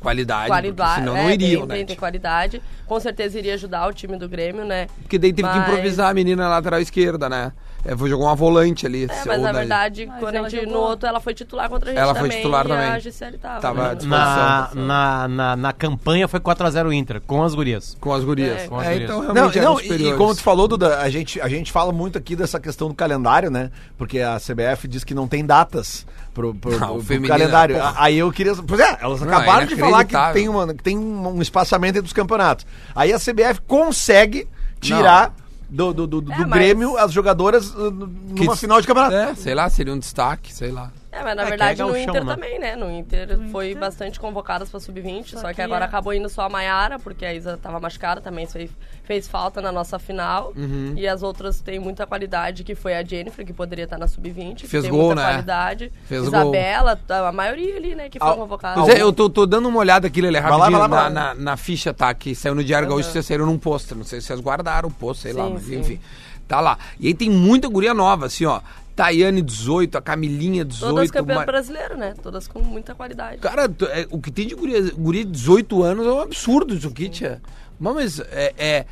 S2: Qualidade, porque
S7: qualidade.
S2: senão
S7: é,
S2: não iriam,
S7: tem,
S2: né?
S7: tem, tem qualidade. Com certeza iria ajudar o time do Grêmio, né?
S2: Porque daí teve
S7: Mas-
S2: que improvisar a menina na lateral esquerda, né? É, vou jogar uma volante ali.
S7: É,
S2: se-
S7: mas
S2: ou
S7: na
S2: da-
S7: verdade,
S6: Mas
S7: quando a
S6: ela
S7: gente, no
S6: jogou.
S7: outro, ela foi titular contra a gente
S2: Ela foi
S7: também.
S2: titular
S7: e
S2: também.
S7: a Gisele tava.
S2: Tava à
S7: né?
S5: na, na, na, na campanha foi 4x0 Inter, com as gurias.
S2: Com as gurias.
S7: É,
S5: com as
S2: É,
S5: gurias.
S2: então
S3: Não,
S2: realmente eram
S3: não, e,
S2: superiores.
S3: e como tu falou, Duda, a gente, a gente fala muito aqui dessa questão do calendário, né? Porque a CBF diz que não tem datas pro, pro-
S2: Ah, o
S3: pro- pro
S2: feminino,
S3: calendário.
S2: porra.
S3: Aí eu queria. Pois é, elas
S2: Não,
S3: acabaram
S2: é
S3: de falar que
S2: inacreditável.
S3: tem, uma, que tem um um espaçamento entre os campeonatos. Aí a CBF consegue tirar. Do, do, do, do
S7: É, mas-
S3: Grêmio, as jogadoras uh, numa
S2: Que-
S3: final de campeonato.
S2: É, sei lá, seria um destaque, sei lá.
S7: É, mas na
S5: É, que é
S7: verdade no
S5: gauchão,
S7: Inter
S5: né?
S7: também, né? No Inter
S6: No
S7: foi
S6: Inter.
S7: bastante convocadas pra sub-20, só,
S6: Só
S7: que,
S6: que
S7: agora
S6: é.
S7: acabou indo só a Maiara, porque a Isa tava machucada também, isso aí fez falta na nossa final.
S2: Uhum.
S7: E as outras têm muita qualidade, que foi a Jennifer, que poderia estar na sub-20. que
S2: Fez
S7: tem
S2: gol,
S7: muita
S2: né?
S7: qualidade.
S2: Fez gol.
S7: Isabela, a maioria ali, né, que foi
S3: Al-
S7: convocada.
S2: Pois é, eu tô, tô dando uma olhada aqui, Lele,
S3: lá,
S2: rapidinho,
S3: vai lá, vai lá.
S2: na, na- na ficha, tá? Que saiu no Diário Gaúcho, vocês saíram num pôster. Não sei se vocês guardaram o pôster, sei lá,
S7: Sim,
S2: mas
S7: sim.
S2: enfim. Tá lá. E aí tem muita guria nova, assim, ó. Tayane, 18, a Camilinha, 18.
S7: Todas campeãs
S2: Mar-
S7: brasileiro, né? Todas com muita qualidade.
S2: Cara, tu- é, o que tem de guria, guria de 18 anos é um absurdo isso aqui, tia. Mas é, é-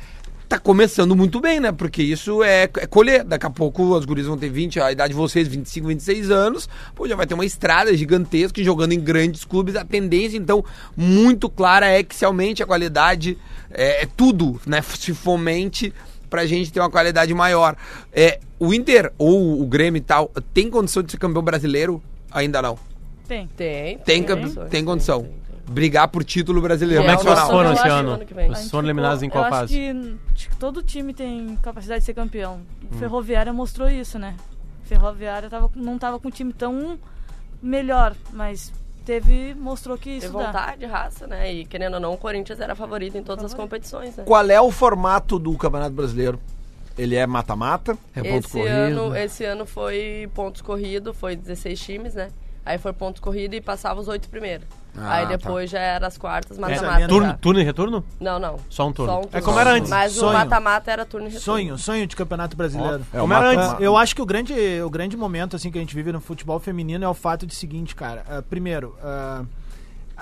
S2: tá começando muito bem, né? Porque isso é, é colher. Daqui a pouco as gurias vão ter 20, a idade de vocês, 25, 26 anos. Pô, já vai ter uma estrada gigantesca e jogando em grandes clubes. A tendência, então, muito clara é que se aumente a qualidade, é, é tudo, né? Se fomente pra gente ter uma qualidade maior. É, o Inter ou o Grêmio e tal, tem condição de ser campeão brasileiro? Ainda não.
S6: Tem.
S7: Tem.
S2: Tem, cam-
S7: condições,
S2: tem condição.
S7: tem, tem.
S2: Brigar por título brasileiro.
S7: Como é que
S2: nacional.
S7: funciona?
S5: foram
S7: eu
S5: esse
S7: acho
S5: ano?
S7: ano que vem. A
S5: Vocês
S6: gente
S5: foram
S6: ficou-
S5: eliminados em qual
S6: eu
S5: fase?
S6: Acho que, acho que todo time tem capacidade de ser campeão.
S5: Hum.
S6: O Ferroviária mostrou isso, né? Ferroviária tava, com- não tava com um time tão melhor, mas teve mostrou que
S7: Tem
S6: isso dá.
S7: vontade, raça, né? E querendo ou não, o Corinthians era favorito em todas as competições, né?
S3: Qual é o formato do Campeonato Brasileiro? Ele é né? mata-mata?
S2: É ponto
S7: Esse
S2: corrido.
S7: ano, esse ano foi pontos corrido, foi 16 times, né? Aí foi pontos corrido e passava os oito primeiros.
S2: Ah,
S3: tá.
S7: Aí depois já era as quartas,
S4: É,
S7: mata-mata.
S5: Turno,
S7: já.
S5: turno e retorno?
S7: Não, não.
S5: Só um turno.
S4: É como era antes,
S7: Mas
S4: sonho.
S7: o mata-mata era turno e retorno.
S4: Sonho, sonho de campeonato brasileiro.
S3: É, o
S5: Como era
S3: mata-
S5: antes.
S3: ma-
S4: Eu acho que o grande, o grande momento assim que a gente vive no futebol feminino é o fato de seguinte, cara. ah, primeiro, ah,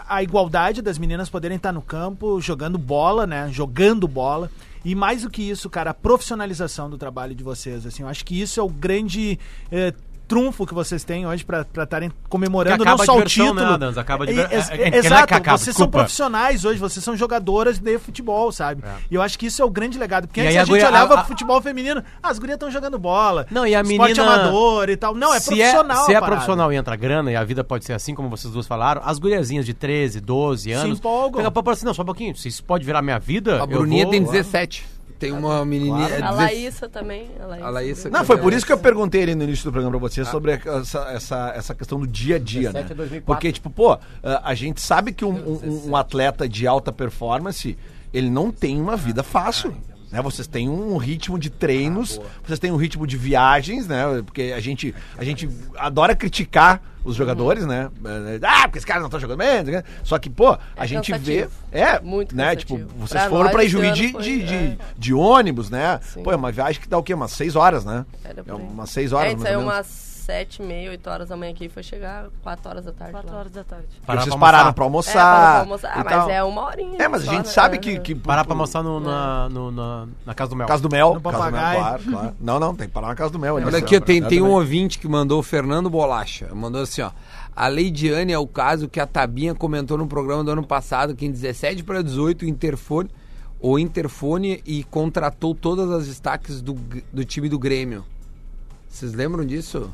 S4: a igualdade das meninas poderem estar no campo jogando bola, né? Jogando bola. E mais do que isso, cara, a profissionalização do trabalho de vocês. Assim, eu acho que isso é o grande eh, trunfo que vocês têm hoje pra pra estarem comemorando
S5: Que acaba
S4: não só
S5: a
S4: o
S5: diversão,
S4: título.
S5: né, Adams? Acaba a
S4: E-
S5: diver-
S4: ex-
S5: é- é- que não é que
S4: Exato,
S5: acaba,
S4: vocês são
S5: desculpa.
S4: profissionais hoje, vocês são jogadoras de futebol, sabe? E eu acho que isso é o grande legado. Porque
S5: E
S4: antes
S5: aí
S4: a,
S5: a
S4: gente
S5: guria-
S4: olhava
S5: a- a-
S4: pro futebol feminino, ah, as gurias estão jogando bola.
S5: Não, e a
S4: esporte
S5: menina-
S4: amador e tal. Não, é
S5: se é,
S4: profissional.
S5: se
S4: a
S5: é
S4: parada.
S5: profissional e entra grana, e a vida pode ser assim, como vocês duas falaram, as guriazinhas de 13, 12 anos.
S4: empolgam.
S5: Daqui a pouco falam assim, não, só um pouquinho, se isso pode virar minha vida.
S2: A
S5: eu
S2: Bruninha
S5: vou-
S2: tem 17. Tem uma menininha. é
S7: A
S2: 16.
S7: Laísa também. A Laísa.
S2: A Laísa
S3: Não, foi por isso que eu perguntei ali no início do programa pra
S7: Ah.
S3: você sobre essa, essa, essa questão do dia a dia, né?
S5: 17 a 2004.
S3: Porque, tipo, pô, a- a gente sabe que um, um- um atleta de alta performance, ele não tem uma vida fácil. Né, vocês têm um ritmo de
S7: Ah,
S3: treinos, vocês têm um ritmo de viagens, né? Porque a gente, a gente adora criticar os jogadores, né? Ah, porque esse cara não tá jogando bem. não sei o quê. Só que, pô, a
S7: É
S3: gente vê.
S7: cansativo.
S3: É,
S7: Muito
S3: né? Tipo,
S7: cansativo.
S3: vocês
S7: Pra
S3: foram
S7: nós,
S3: pra
S7: esse
S3: Juiz
S7: ano
S3: de,
S7: foi-
S3: de, de-
S7: é.
S3: de ônibus, né?
S7: Sim.
S3: Pô, é uma viagem que dá o quê? Umas seis horas, né?
S7: Era
S3: É
S7: por aí.
S3: umas seis
S7: É, a
S3: horas,
S7: gente
S3: mais ou
S7: saiu
S3: menos.
S7: umas sete, meia, oito horas da manhã aqui e foi chegar quatro horas da tarde.
S6: 4
S7: lá.
S6: horas da tarde.
S5: Parar
S3: Vocês
S5: pra
S3: pararam pra
S5: almoçar.
S7: É, para pra
S3: almoçar.
S7: almoçar.
S3: e
S7: Ah, mas
S3: tal.
S7: é uma horinha.
S3: É, mas a
S7: só,
S3: gente
S7: né?
S3: sabe
S7: É.
S3: que. que
S5: Parar pra almoçar no-
S4: É.
S5: na, no- na, na casa do Mel.
S3: Casa do Mel.
S4: No
S3: Casa do Mel,
S4: papagaio.
S3: claro, claro. Não, não, tem que parar na casa do Mel. né?
S2: Olha aqui, tem, tem um ouvinte que mandou, o Fernando Bolacha. Mandou assim, ó. A Leidiane é o caso que a Tabinha comentou no programa do ano passado, que em 17 para 18 o Interfone, o Interfone e contratou todas as destaques do, do time do Grêmio. Vocês lembram disso?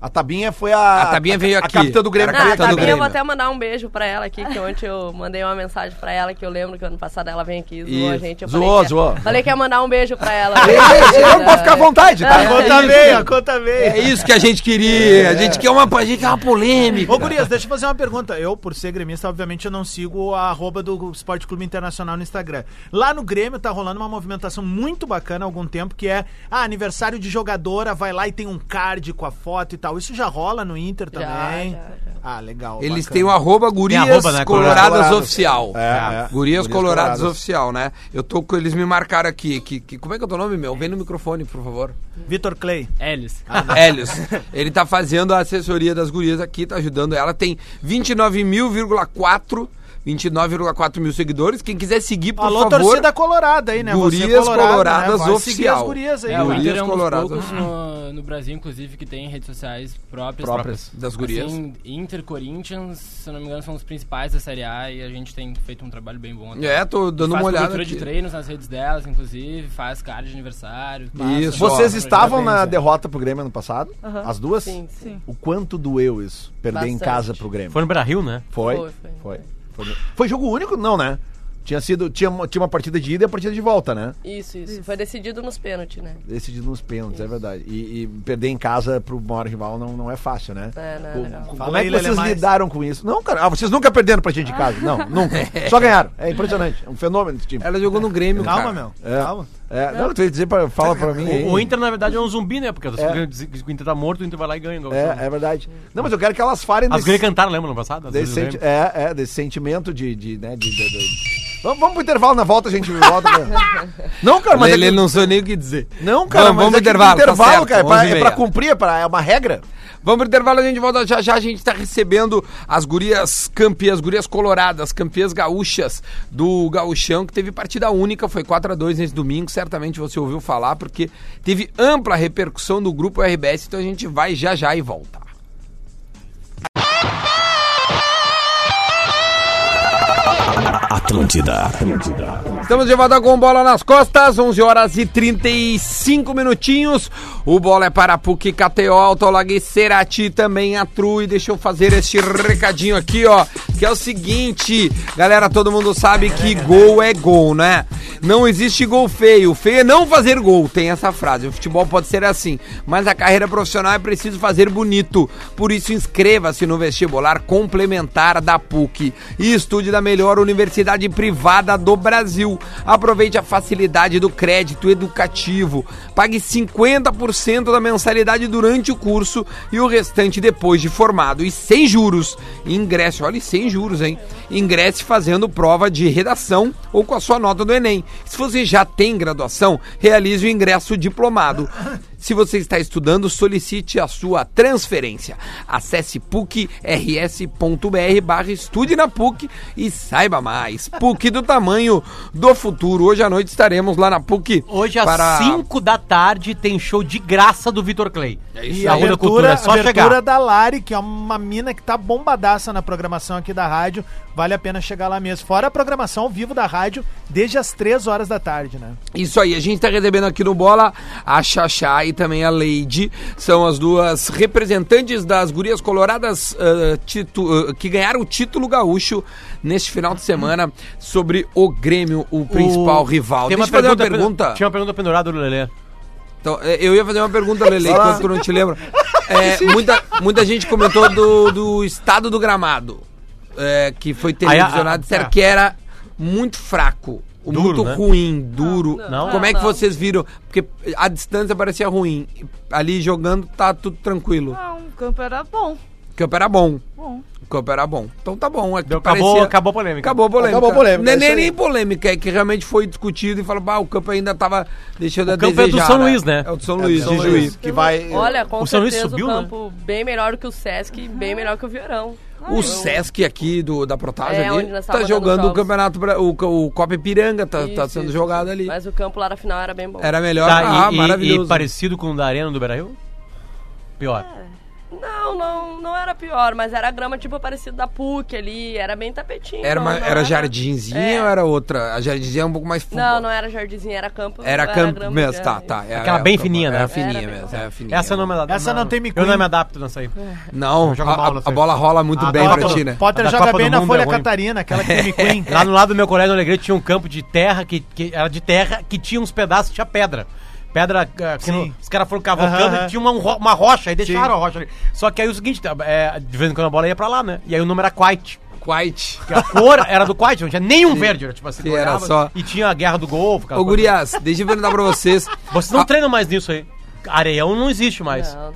S3: A Tabinha foi a.
S2: A Tabinha veio aqui.
S3: A capitã do Grêmio.
S2: Era
S7: Não, a
S2: capitã do
S7: Tabinha, eu
S2: Grêmio.
S7: vou até mandar um beijo pra ela aqui, que ontem eu mandei uma mensagem pra ela, que eu lembro que ano passado ela vem aqui e zoou a
S2: Isso.
S7: gente. Eu
S3: Zoou,
S7: falei que-
S3: zoou.
S7: Falei que ia mandar um beijo pra ela.
S3: Não, pode ficar à vontade, tá?
S4: A conta veio, a conta veio.
S2: É isso que a gente queria. A gente quer uma, a gente quer uma polêmica.
S4: Ô, Gurias, deixa eu fazer uma pergunta. Eu, por ser gremista, obviamente eu não sigo a arroba do Esporte Clube Internacional no Instagram. Lá no Grêmio tá rolando uma movimentação muito bacana há algum tempo, que é ah, aniversário de jogadora, vai lá e tem um card com a foto e tal. Isso já rola no Inter
S7: Já,
S4: também?
S7: já, já.
S4: Ah, legal.
S2: Eles
S4: bacana.
S2: têm o arroba Gurias
S5: arroba, né?
S2: Coloradas
S3: Colorado.
S2: Oficial.
S3: É, é.
S2: Gurias,
S3: Gurias
S2: Coloradas,
S3: Coloradas.
S2: Oficial, né? Eu tô com. Eles me marcaram aqui. Que, que- como é que é o teu nome, meu? Vem no microfone, por favor.
S4: Vitor Clay.
S8: Elis.
S2: Helios. Ele tá fazendo a assessoria das gurias aqui, tá ajudando ela. Tem 29.000,4. 29,4 mil seguidores. Quem quiser seguir, por
S4: Alô,
S2: favor.
S4: torcida colorada aí, né? Você
S2: Gurias
S4: colorado,
S2: Coloradas
S4: Vai seguir
S2: Oficial.
S4: as gurias aí.
S8: É, o
S4: cara.
S8: Inter
S2: Gurias
S8: é um dos
S2: coloradas.
S8: poucos no, no Brasil, inclusive, que tem redes sociais próprias.
S2: Próprias, das gurias.
S8: Assim, Inter, Corinthians, se eu não me engano, são os principais da Série A e a gente tem feito um trabalho bem bom. até.
S2: É, tô dando
S8: faz
S2: uma olhada.
S8: cobertura
S2: aqui.
S8: de treinos nas redes delas, inclusive, faz card de aniversário. né?
S2: Isso.
S3: Vocês
S8: Nossa,
S3: estavam
S8: parabéns,
S3: na
S8: né?
S3: derrota pro Grêmio ano passado?
S6: Aham.
S3: As duas?
S7: Sim, sim.
S3: O quanto doeu isso? Perder em
S7: Bastante.
S3: casa pro Grêmio?
S5: Foi no Brasil, né?
S3: Foi?
S7: Foi, foi.
S3: Foi. Foi. Foi jogo único? Não, né? Tinha sido. Tinha, uma- tinha uma partida de ida e a partida de volta, né?
S7: Isso, isso. Foi decidido nos pênaltis, né?
S3: Decidido nos pênaltis, é verdade. E, e perder em casa pro maior rival não, não é fácil, né?
S7: É, né?
S3: Co-
S7: legal.
S3: co-
S4: Fala
S3: como é
S4: aí,
S3: que
S4: Lelê
S3: vocês
S4: Mais.
S3: lidaram com isso? Não, cara. Ah, vocês nunca perderam pra gente de casa. Não, nunca. Só ganharam. É impressionante. É um fenômeno esse time.
S2: Ela jogou no Grêmio,
S4: Calma,
S2: cara.
S4: meu.
S3: É.
S4: Calma.
S3: É, não, tu ia dizer pra, fala pra mim. aí.
S5: O, o Inter, na verdade, é um zumbi, né? Porque
S3: É.
S5: diz que o Inter tá morto, o Inter vai lá e ganha. igual você.
S3: É, é verdade. Não, mas eu quero que elas falem
S5: As gurias cantaram, lembra, no passado? As
S3: desse,
S5: gurias do
S3: senti-
S5: Grêmio.
S3: é, é, desse sentimento de. de, né, de- de- de- Vamos, vamos pro intervalo na volta, a gente volta. pra- não, cara, mas é
S2: Ele
S3: que-
S2: não soube nem o que dizer.
S3: Não, cara,
S2: Vamos,
S3: mas
S2: vamos
S3: é que
S2: intervalo, tá
S3: intervalo,
S2: certo,
S3: cara, é pra,
S2: 11 e
S3: é
S2: meia.
S3: pra cumprir, é, pra, é uma regra.
S2: Vamos pro intervalo, a gente volta já já. A gente tá recebendo as gurias campeãs, gurias coloradas, campeãs gaúchas do Gaúchão, que teve partida única, foi 4 a 2 nesse domingo. Certamente você ouviu falar, porque teve ampla repercussão do grupo RBS. Então a gente vai já já e volta.
S1: Atlântida, Atlântida, Atlântida.
S2: Estamos de volta com bola nas costas, 11 horas e 35 minutinhos. O bola é para PUC, KTO, Autolag, Cerati, também a Tru. E deixa eu fazer este recadinho aqui, ó. Que é o seguinte, galera, todo mundo sabe que gol é gol, né? Não existe gol feio. Feio é não fazer gol, tem essa frase. O futebol pode ser assim, mas a carreira profissional é preciso fazer bonito. Por isso, inscreva-se no vestibular complementar da PUC e estude da melhor universidade privada do Brasil. Aproveite a facilidade do crédito educativo. Pague 50% da mensalidade durante o curso e o restante depois de formado. E sem juros. Ingresse, olha, e sem juros, hein? Ingresse fazendo prova de redação ou com a sua nota do Enem. Se você já tem graduação, realize o ingresso diplomado. Se você está estudando, solicite a sua transferência. Acesse pucrs.br barra estude na PUC e saiba mais. PUC do tamanho do futuro. Hoje à noite estaremos lá na PUC.
S5: Hoje, às 5 da tarde, tem show de graça do Vitor Clay. É
S4: E a abertura, abertura da Lari, que é uma mina que tá bombadaça na programação aqui da rádio. Vale a pena chegar lá mesmo. Fora a programação ao vivo da rádio, desde as 3 horas da tarde, né?
S2: Isso aí, a gente tá recebendo aqui no Bola a Xaxá e também a Leide. São as duas representantes das gurias coloradas ah, titu- ah, que ganharam o título gaúcho neste final de semana sobre o Grêmio, o principal rival.
S5: Tem
S2: Deixa
S5: uma
S2: eu fazer uma
S5: pergunta,
S2: pergunta.
S5: Tinha uma pergunta pendurada do Lelê.
S2: Então, é, eu ia fazer uma pergunta, Lele, enquanto tu não te lembra. É, muita, muita gente comentou do, do estado do gramado, é, que foi televisionado,
S5: a-
S2: disseram
S5: é.
S2: que era muito fraco,
S5: Duro,
S2: muito
S5: né?
S2: ruim, duro.
S5: Não?
S2: Como é que
S7: Não.
S2: vocês viram? Porque a distância parecia ruim. Ali jogando tá tudo tranquilo.
S6: Ah, um campo era bom.
S2: O campo era bom.
S6: Bom.
S2: O campo era bom. Então tá bom. É que
S5: Deu-
S2: parecia-
S5: acabou, acabou a polêmica.
S2: Acabou a polêmica.
S3: Acabou a polêmica,
S2: Não é
S3: é isso
S2: nem,
S3: aí.
S2: nem polêmica, é que realmente foi discutido e falou, bah, o campo ainda tava deixando a
S5: campo é do
S2: desejar,
S5: São Luís, né?
S2: É o do São Luís,
S3: São
S2: de
S3: Luís,
S2: Juiz.
S3: que vai.
S7: Olha, com
S5: O São Luís
S7: certeza
S5: subiu,
S7: o
S5: né?
S7: campo bem melhor que o Sesc, bem melhor que o Viorão. Ah,
S2: O
S7: eu-
S2: Sesc aqui do, da Protagem
S7: É,
S2: ali
S7: onde nós
S2: tá
S7: tava
S2: jogando
S7: dando
S2: o campeonato, Bra- o, ca- o Copa Ipiranga tá, tá
S7: Isso,
S2: sendo
S7: isso,
S2: jogado
S7: isso.
S2: ali.
S7: Mas o campo lá na final era bem bom.
S2: Era melhor,
S5: Tá,
S2: ah,
S5: e- e-
S2: maravilhoso.
S5: E parecido com o da Arena do Beira-Rio? Pior.
S7: Não, não, não era pior, mas era a grama tipo parecido da PUC ali, era bem tapetinho.
S2: Era,
S7: não-
S2: uma,
S7: não
S2: era jardinzinha
S7: É.
S2: ou era outra? A jardinzinha é um pouco mais fundo.
S7: Não, não era jardinzinho, era campo.
S2: Era campo
S7: grama
S2: mesmo,
S7: de-
S2: tá, tá. Era-
S5: Aquela
S2: era
S5: bem
S2: campo-
S5: fininha, né?
S2: Era fininha
S7: Era bem
S2: mesmo,
S7: boa.
S2: era fininha.
S5: Essa não me adapta.
S4: Essa não tem
S5: Eu não
S4: cunho.
S5: me adapto nessa aí.
S2: Não,
S5: joga Ah,
S2: a,
S5: mal
S2: a-
S5: nessa
S2: a
S5: aí.
S2: bola rola muito
S5: A
S2: bem
S5: bola
S2: pra
S5: rola.
S2: ti, né?
S4: Potter
S5: Da
S4: joga
S5: Copa
S4: bem
S5: do
S4: na
S5: Mundo
S4: Folha
S5: é ruim.
S4: Catarina, aquela Kimi Queen.
S5: Lá no lado do meu colégio no Alegrete tinha um campo de terra que, que era de terra que tinha uns pedaços, tinha pedra. Pedra eh, que
S4: Sim.
S5: no- os caras foram cavocando
S4: Aham.
S5: e tinha uma, um ro- uma rocha, aí deixaram a rocha ali. Só que aí o seguinte, eh, de vez em quando a bola ia pra lá, né? E aí o número era quite.
S2: Quite.
S5: Que a cor era do quite, não tinha nenhum verde, era tipo assim,
S2: Sim,
S5: tu
S2: era
S5: olhava
S2: só-
S5: E tinha a guerra do Golfo. aquela
S2: Ô,
S5: coisa.
S2: gurias, deixa eu perguntar pra vocês.
S5: Vocês não
S2: Ah.
S5: treinam mais nisso aí. Areião não existe mais.
S7: Não.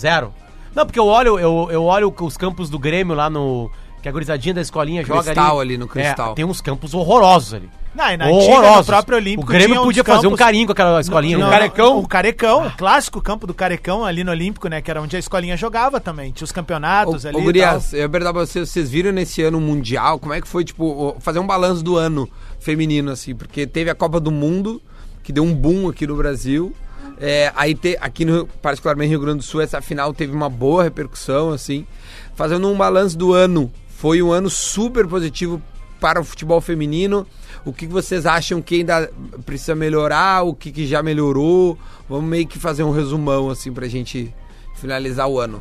S5: Zero. Não, porque eu olho, eu, eu olho os campos do Grêmio lá no. Que a gurizadinha da escolinha joga
S2: Cristal ali no cristal.
S5: É, tem uns campos horrorosos ali.
S4: Não, e na antiga, no
S5: horrorosos.
S4: próprio Olímpico,
S5: o Grêmio
S4: tinha uns
S5: podia fazer um
S4: campos-
S5: carinho com aquela escolinha.
S4: Não,
S5: um
S4: não,
S5: carecão.
S4: O Carecão, o clássico campo do Carecão ali no Olímpico, né? Que era onde a escolinha jogava também. Tinha os
S2: Ô,
S4: campeonatos ali.
S2: ô
S4: e
S2: gurias, eu ia perguntar pra vocês, vocês viram nesse ano o mundial, como é que foi, tipo, o- fazer um balanço do ano feminino, assim, porque teve a Copa do Mundo, que deu um boom aqui no Brasil, é, aí te- aqui, no, particularmente no Rio Grande do Sul, essa final teve uma boa repercussão, assim, fazendo um balanço do ano, foi um ano super positivo para o futebol feminino, o que que vocês acham que ainda precisa melhorar, o que, que já melhorou, vamos meio que fazer um resumão, assim, pra gente finalizar o ano.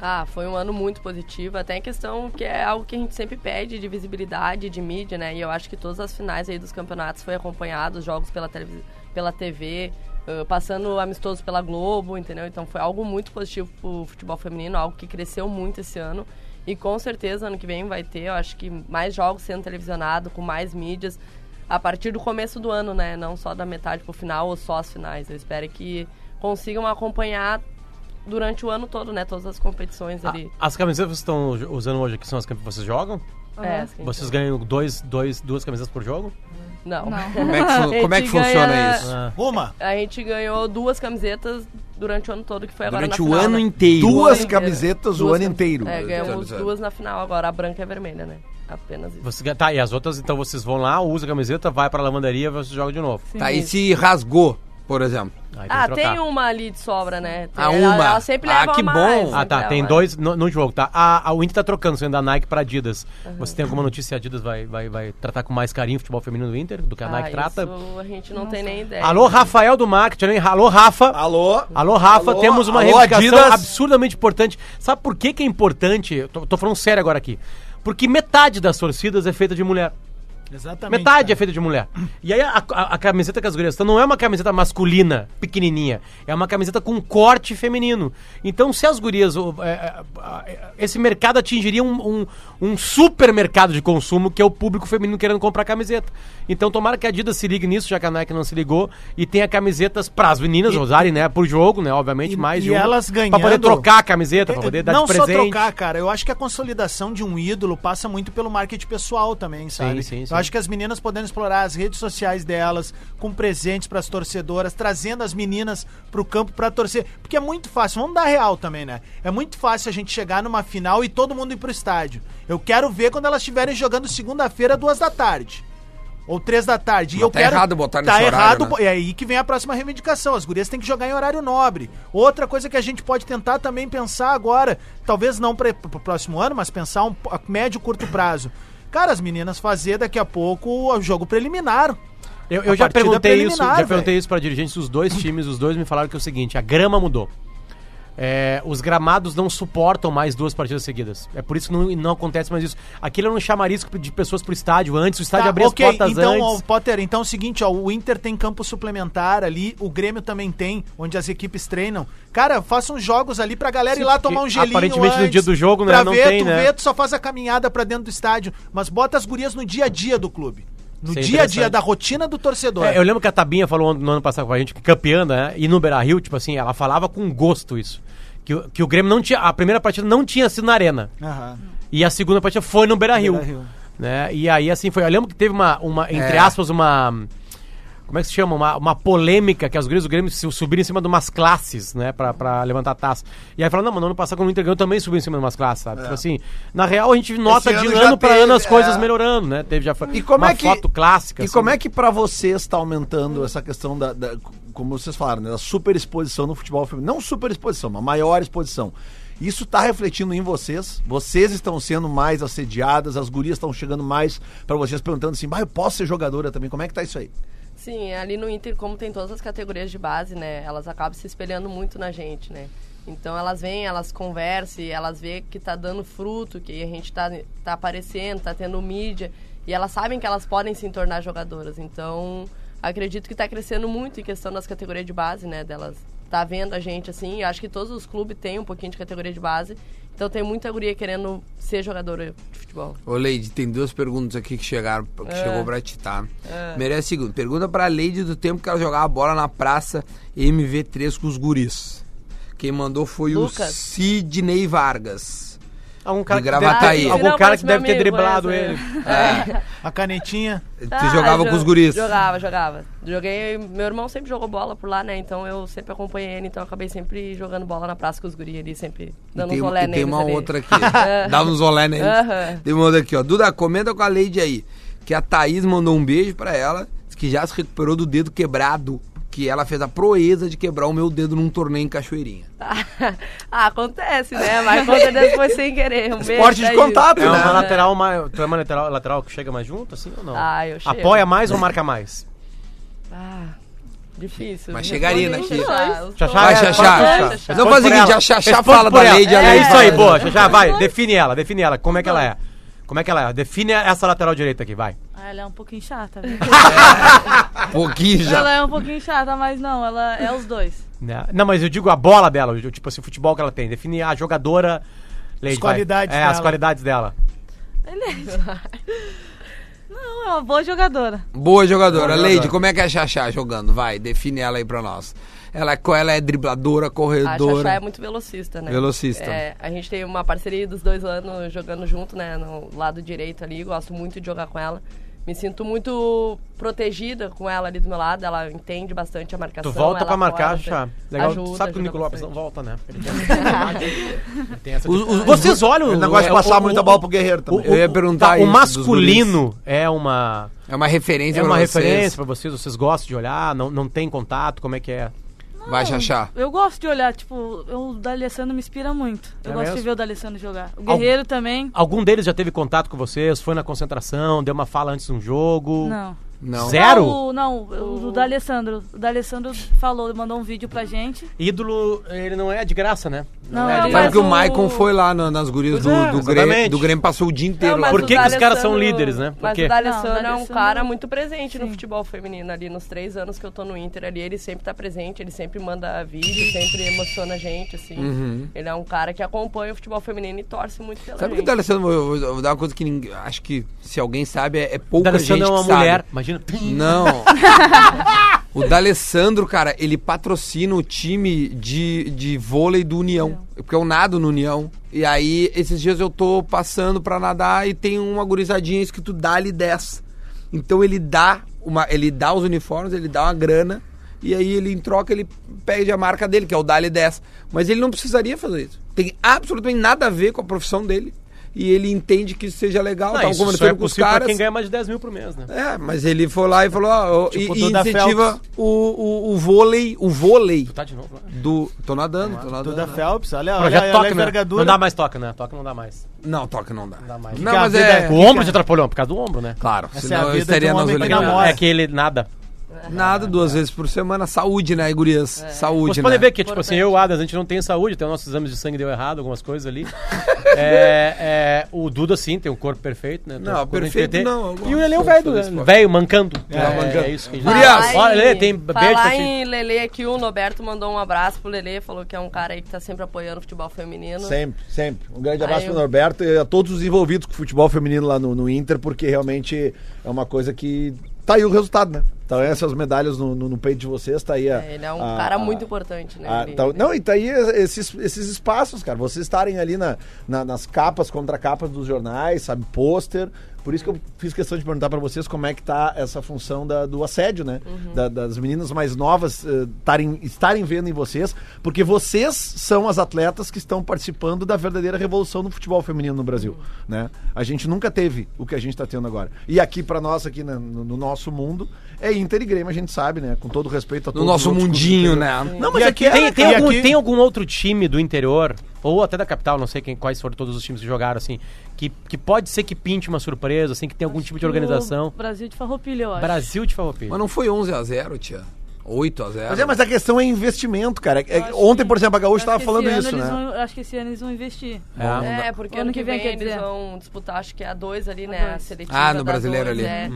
S7: Ah, foi um ano muito positivo, até em questão que é algo que a gente sempre pede de visibilidade, de mídia, né? E eu acho que todas as finais aí dos campeonatos foi acompanhado, os jogos pela, televis- pela TV, ãh, passando amistoso pela Globo, entendeu? Então foi algo muito positivo pro futebol feminino, algo que cresceu muito esse ano. E com certeza ano que vem vai ter, eu acho que mais jogos sendo televisionados, com mais mídias, a partir do começo do ano, né? Não só da metade pro final ou só as finais. Eu espero que consigam acompanhar durante o ano todo, né? Todas as competições ali.
S5: A- As camisetas que vocês estão jo- usando hoje aqui são as que vocês jogam?
S7: É, assim.
S5: Vocês ganham dois, dois, duas camisetas por jogo?
S7: Não.
S2: Como é que, fu- como é que
S7: Ele ganha-
S2: funciona isso?
S5: Ah.
S4: Uma.
S7: A gente ganhou duas camisetas durante o ano todo, que foi agora
S2: Durante
S7: na
S2: o
S7: final,
S2: ano
S7: né?
S2: inteiro.
S3: Duas
S7: inteiro.
S3: camisetas o
S7: Duas
S3: ano
S7: cam-
S3: inteiro.
S7: É, ganhamos
S2: Exato.
S7: duas na final agora, a branca e a vermelha, né? Apenas isso.
S5: Você, tá, e as outras, então vocês vão lá, usa a camiseta, vai pra lavanderia, vocês jogam de novo.
S2: Tá, e se rasgou, por exemplo?
S5: Aí
S7: Ah,
S5: que
S7: tem
S5: trocar.
S7: uma ali de sobra, né? Tem,
S2: Ah,
S7: ela-
S2: uma.
S7: Ela sempre
S2: Ah,
S7: leva
S2: que
S7: uma
S2: bom.
S7: mais,
S5: Ah,
S7: né,
S5: tá.
S7: pra
S5: Tem
S7: ela.
S5: dois no, no jogo, tá? A, a o Inter tá trocando, saindo da Nike pra Adidas.
S7: Uhum.
S5: Você tem alguma notícia? A Adidas vai, vai, vai tratar com mais carinho o futebol feminino do Inter do que a
S7: Ah,
S5: Nike trata?
S7: Isso a gente não, tem nem ideia.
S5: Alô, Rafael do marketing. hein? Alô, Rafa.
S3: Alô?
S5: Alô, Rafa,
S3: Alô,
S5: temos uma
S3: alô,
S5: reivindicação
S3: Adidas.
S5: absurdamente importante. Sabe por que, que é importante? Eu Tô, tô falando sério agora aqui. Porque metade das torcidas é feita de mulher.
S4: Exatamente.
S5: Metade é
S4: cara.
S5: feita de mulher. E aí a, a- a camiseta que as gurias estão não é uma camiseta masculina, pequenininha. É uma camiseta com corte feminino. Então se as gurias... o- é, é, é, esse mercado atingiria um, um, um supermercado de consumo que é o público feminino querendo comprar camiseta. Então tomara que a Adidas se ligue nisso, já que a Nike não se ligou. E tenha camisetas pras meninas usarem, né? Por jogo, né? Obviamente,
S4: e-
S5: mais
S4: e
S5: de uma.
S4: elas
S5: Pra poder
S4: ganhando-
S5: trocar a camiseta, pra poder dar
S4: É, não
S5: de presente.
S4: só trocar, cara. Eu acho que a consolidação de um ídolo passa muito pelo marketing pessoal também, sabe?
S5: sim, sim.
S4: Eu acho que as meninas podendo explorar as redes sociais delas, com presentes pras torcedoras, trazendo as meninas pro campo pra torcer, porque é muito fácil. Vamos dar real também, né? É muito fácil a gente chegar numa final e todo mundo ir pro estádio. Eu quero ver quando elas estiverem jogando segunda-feira duas da tarde. Ou três da tarde. E
S2: Mas
S4: eu
S2: tá
S4: quero...
S2: errado botar nesse
S4: Tá
S2: horário,
S4: errado,
S2: né?
S4: bo- é aí que vem a próxima reivindicação. As gurias têm que jogar em horário nobre. Outra coisa que a gente pode tentar também pensar agora, talvez não para o próximo ano, mas pensar um, po- a médio e curto prazo. Cara, as meninas fazer daqui a pouco o jogo preliminar.
S5: Eu,
S4: A
S5: eu já
S4: partida
S5: perguntei isso,
S4: preliminar,
S5: já perguntei
S4: velho.
S5: isso para dirigentes dos dois times, os dois me falaram que é o seguinte, a grama mudou. É, os gramados não suportam mais duas partidas seguidas. É por isso que não, não acontece mais isso. Aquilo era um chamarisco de pessoas pro estádio antes, o estádio
S4: Tá,
S5: abria
S4: ok,
S5: as portas
S4: então, ó,
S5: antes.
S4: Potter, então é o seguinte, ó, o Inter tem campo suplementar ali, o Grêmio também tem, onde as equipes treinam. Cara, faça uns jogos ali pra galera
S5: Sim,
S4: ir lá tomar um
S5: porque
S4: gelinho
S5: aparentemente no
S4: antes,
S5: dia do jogo, né,
S4: pra
S5: não
S4: ver,
S5: tem,
S4: tu
S5: né?
S4: vê, tu só faz a caminhada pra dentro do estádio, mas bota as gurias no dia a dia do clube. No
S5: Isso é
S4: dia a dia
S5: interessante.
S4: da rotina do torcedor.
S5: É, eu lembro que a Tabinha falou no ano passado com a gente, campeã, né? E no Beira Rio, tipo assim, ela falava com gosto isso. Que, o- que o Grêmio não tinha. A primeira partida não tinha sido na arena.
S4: Aham.
S5: E a segunda partida foi no Beira Rio.
S4: Beira-Rio.
S5: Né? E aí, assim, foi. Eu lembro que teve uma, uma entre aspas, uma. Como é que se chama? Uma, uma polêmica que as gurias do Grêmio se- subiram em cima de umas classes, né? Pra, pra levantar a taça. E aí falaram, não, mano, no ano passado quando o Inter ganhou também subiu em cima de umas classes, sabe? Tipo assim, na real a gente nota
S3: É. Esse
S5: de
S3: ano
S5: ano,
S3: já
S5: pra
S3: teve,
S5: ano as
S3: é.
S5: coisas melhorando, né? Teve já foi
S3: E como
S5: uma
S3: é que-
S5: foto clássica.
S3: E como é que pra vocês está aumentando essa questão da, da- como vocês falaram, né, da superexposição no futebol feminino? Não superexposição, mas maior exposição. Isso está refletindo em vocês? Vocês estão sendo mais assediadas, as gurias estão chegando mais pra vocês perguntando assim: "Mas eu posso ser jogadora também? Como é que tá isso aí?"
S7: Sim, ali no Inter, como tem todas as categorias de base, né? Elas acabam se espelhando muito na gente, né? Então elas vêm, elas conversam, e elas vê que tá dando fruto, que a gente tá, tá aparecendo, tá tendo mídia. E elas sabem que elas podem se tornar jogadoras. Então, acredito que tá crescendo muito em questão das categorias de base, né? Delas tá vendo a gente assim. Eu acho que todos os clubes têm um pouquinho de categoria de base. Então tem muita guria querendo ser jogadora de futebol.
S9: Ô, Leide, tem duas perguntas aqui que chegaram, que
S7: É.
S9: chegou pra ti, tá? Merece segunda. Pergunta pra Leide do tempo que ela jogava bola na praça MV3 com os guris. Quem mandou foi
S7: Lucas.
S9: o Sidney Vargas.
S5: Algum um cara
S9: De
S5: que deve-
S9: Gravataí.
S5: algum
S7: Não,
S5: cara
S7: mas
S5: que deve
S7: meu
S5: ter
S7: amigo,
S5: driblado
S7: esse-
S5: ele.
S4: A canetinha.
S9: Tu
S7: Ah,
S9: jogava
S7: jo-
S9: com os guris.
S7: Jogava, jogava. Joguei. Meu irmão sempre jogou bola por lá, né? Então eu sempre acompanhei ele, então eu acabei sempre jogando bola na praça com os guris ali, sempre
S9: E
S7: dando
S9: tem, um,
S7: uns olé
S9: e tem
S7: neles
S9: uma
S7: ali.
S9: outra aqui. Dá uns olé neles.
S7: Aham.
S9: Tem uma outra aqui, ó. Duda, comenta com a Leide aí. Que a Thaís mandou um beijo pra ela, diz que já se recuperou do dedo quebrado. Que ela fez a proeza de quebrar o meu dedo num torneio em Cachoeirinha.
S7: ah, acontece, né? Mas com certeza foi sem querer. Um beijo,
S3: Esporte de
S7: Thaís.
S3: contato,
S5: É uma
S3: né?
S5: lateral mais. Tu é uma lateral, lateral que chega mais junto, assim ou não?
S7: Ah, eu chego.
S5: Apoia mais ou marca mais?
S7: Ah, Difícil.
S2: Mas chegaria
S9: né,
S7: Respondem os
S2: naqui.
S7: dois.
S5: Xaxá,
S2: Vai,
S5: é,
S2: Xaxá.
S7: Xaxá.
S2: Não faz o seguinte, a Xaxá fala da lei de
S5: É,
S2: Alei.
S5: isso aí, boa. Xaxá, vai. Define ela, define ela. Como é que ela é? Como é que ela é? Define essa lateral direita aqui, vai.
S6: Ah, ela é um pouquinho chata. viu?
S2: Pouquinho já.
S6: ela é um pouquinho chata, mas não, ela é os dois.
S5: Né? Não, mas eu digo a bola dela, eu digo, tipo assim, o futebol que ela tem. Define a jogadora. Lady,
S4: As qualidades
S5: vai. É, as
S4: dela.
S5: qualidades dela.
S6: Não, é uma boa jogadora.
S2: Boa jogadora. Leide, como é que é a Xaxá jogando? Vai, define ela aí pra nós. Ela, é co- ela é dribladora,
S7: A Xaxá é
S2: corredora.
S7: muito velocista, né?
S2: Velocista.
S7: É, a gente tem uma parceria dos dois anos jogando junto, né? No lado direito ali. Gosto muito de jogar com ela. Me sinto muito protegida com ela ali do meu lado. Ela entende bastante a marcação.
S5: Tu volta
S7: ela
S5: pra marcar,
S7: corta,
S5: Xaxá. Legal. Tu
S7: ajuda,
S5: sabe que o
S7: ajuda
S5: Nico Lopes não
S7: bastante.
S5: volta, né? Ele tem essa- ele tem essa-
S2: Os- os-
S5: Vocês olham.
S3: O negócio de
S5: é,
S3: passar
S5: o-
S3: muita
S5: o-
S3: bola pro Guerreiro também.
S2: Eu ia perguntar
S5: tá,
S2: isso
S5: O
S2: dos
S5: masculino é uma.
S2: É uma referência
S5: É uma
S2: pra vocês.
S5: referência pra vocês, vocês gostam de olhar, não, não tem contato, como é que é?
S2: Vai, Xaxá.
S6: Eu gosto de olhar, tipo, eu, o D'Alessandro me inspira muito. Eu
S5: É
S6: gosto
S5: mesmo?
S6: de ver o D'Alessandro jogar. O Guerreiro também.
S5: Algum deles já teve contato com vocês? Foi na concentração, deu uma fala antes de um jogo?
S6: Não.
S2: Não.
S5: Zé- Zero?
S6: Não, o- não, o, o D'Alessandro. O D'Alessandro falou, mandou um vídeo pra gente.
S5: Ídolo, ele não é de graça, né?
S6: Não,
S5: é
S6: é
S5: de
S6: o
S5: graça.
S2: Sabe que o
S6: Mas o-
S2: Maicon foi lá na- nas gurias do,
S5: Pois é,
S2: do, Grêmio,
S5: exatamente.
S2: do Grêmio, passou o dia inteiro
S7: Não,
S2: lá.
S7: mas
S5: Por
S7: o
S5: que que os caras são
S7: D'Alessandro-
S5: líderes, né? Por
S7: Mas
S5: quê?
S7: o D'Alessandro
S6: Não, o
S7: é um
S6: D'Alessandro-
S7: cara muito presente no
S6: Sim.
S7: futebol feminino ali. Nos três anos que eu tô no Inter ali, ele sempre tá presente, ele sempre manda vídeo, sempre emociona a gente, assim.
S5: Uhum.
S7: Ele é um cara que acompanha o futebol feminino e torce muito pela
S2: Sabe que o
S7: gente.
S2: D'Alessandro, vou, vou- vou dar uma coisa que ninguém, acho que se alguém sabe, é, é
S5: O
S2: pouca gente
S5: D'Alessandro é uma
S2: que sabe.
S5: mulher, imagina.
S2: Não. o D'Alessandro, cara, ele patrocina o time de, de vôlei do União. Porque eu nado no União. E aí, esses dias eu tô passando pra nadar e tem uma gurizadinha escrito Dali 10. Então ele dá uma, ele dá os uniformes, ele dá uma grana. E aí ele, em troca, ele pede a marca dele, que é o Dali 10. Mas ele não precisaria fazer isso. Tem absolutamente nada a ver com a profissão dele. E ele entende que isso seja legal.
S5: Não,
S2: tava
S5: isso só é
S2: conversando tá com os
S5: possível pra
S2: caras.
S5: quem ganha mais de 10 mil por mês, né?
S2: É, mas ele foi lá e falou, ah, ó,
S4: Tipo
S2: e, e
S4: Duda
S2: incentiva
S4: Phelps.
S2: o, o, o vôlei, o vôlei
S5: Tu tá de novo
S2: né?
S5: lá.
S2: do... Tô
S4: Ah,
S2: nadando, tô nadando.
S4: Duda
S2: né?
S4: Phelps, olha, olha,
S5: Projeto
S4: olha a
S5: Toca, né?
S4: envergadura.
S5: Não dá mais toca, né? Toca não dá mais.
S2: Não, toca não dá. Não,
S5: dá mais.
S4: Que a
S2: mas
S4: vida
S2: é...
S4: é
S5: O ombro de atrapalhou, por causa do ombro, né?
S2: Claro,
S4: Essa é a
S2: senão eu
S4: vida
S2: estaria
S4: de um
S2: nas
S4: homem que
S2: Olimpíadas.
S4: namora. É.
S5: É que ele nada.
S2: Nada duas vezes por semana. Saúde, né, gurias? Saúde,
S5: Vocês
S2: né?
S5: podem ver que, tipo assim, eu e o Adas, a gente não tem saúde, até os nossos exames de sangue deu errado, algumas coisas ali. É, é, o Duda, sim, tem um corpo perfeito, né? Tem
S2: Não,
S5: um corpo
S2: perfeito
S5: LGBT.
S2: não, eu gosto,
S5: E o Lele é um
S2: sou-
S5: velho,
S2: sou
S5: né?
S2: desse esporte.
S5: velho, mancando. É,
S2: mancando.
S5: é isso que a gente
S2: Gurias!
S7: Falar
S5: Olha,
S7: em-
S5: Lele, tem beijo pra
S7: Falar
S5: ti.
S7: em Lele aqui, o Roberto mandou um abraço pro Lele, falou que é um cara aí que tá sempre apoiando o futebol feminino.
S3: Sempre, sempre. Um grande abraço
S7: Aí
S3: pro
S7: eu-
S3: Norberto e a todos os envolvidos com o futebol feminino lá no, no Inter, porque realmente é uma coisa que. Tá aí o resultado, né? Tá aí essas medalhas no, no- no peito de vocês, tá aí a.
S7: É, ele é um
S3: a-
S7: cara
S3: a-
S7: muito importante, né?
S3: a-
S7: Ele-
S3: tá- não, e tá aí esses, esses espaços, cara. Vocês estarem ali na- na- nas capas, contra capas dos jornais, sabe? Pôster. Por isso que eu fiz questão de perguntar pra vocês como é que tá essa função da- do assédio, né?
S7: Uhum.
S3: Da- das meninas mais novas eh, tarem- estarem vendo em vocês, porque vocês são as atletas que estão participando da verdadeira revolução no futebol feminino no Brasil,
S7: Uhum.
S3: né? A gente nunca teve o que a gente está tendo agora. E aqui pra nós, aqui na- no, no nosso mundo, é Inter e Grêmio, a gente sabe, né? Com todo respeito a
S2: No
S3: todos os
S2: nosso
S3: outros clubes
S2: mundinho,
S3: do interior.
S2: né?
S3: Não, mas
S5: E
S3: aqui, é,
S5: tem, tem
S3: cara, e
S5: algum,
S3: aqui-
S5: tem algum outro time do interior, ou até da capital, não sei quem, quais foram todos os times que jogaram, assim, que, que pode ser que pinte uma surpresa, assim, que tem algum tipo de organização.
S6: O Brasil de Farroupilha, eu acho.
S5: Brasil de Farroupilha.
S2: Mas não foi 11x0, tia? 8x0?
S3: Mas é, mas a questão é investimento, cara. É-
S6: Eu acho
S3: ontem,
S6: que-
S3: por exemplo, a
S6: Eu
S3: Gaúcho
S6: acho
S3: estava
S6: que
S3: falando
S6: esse ano
S3: isso,
S6: eles
S3: né?
S6: vão- eu acho que esse ano eles vão investir.
S2: Bom,
S7: É, porque ano, que vem, eles vão disputar, acho que é a 2 ali, né? A
S6: dois.
S7: seletiva
S2: Ah, no
S7: da
S2: Brasileiro
S7: dois,
S2: ali.
S7: É.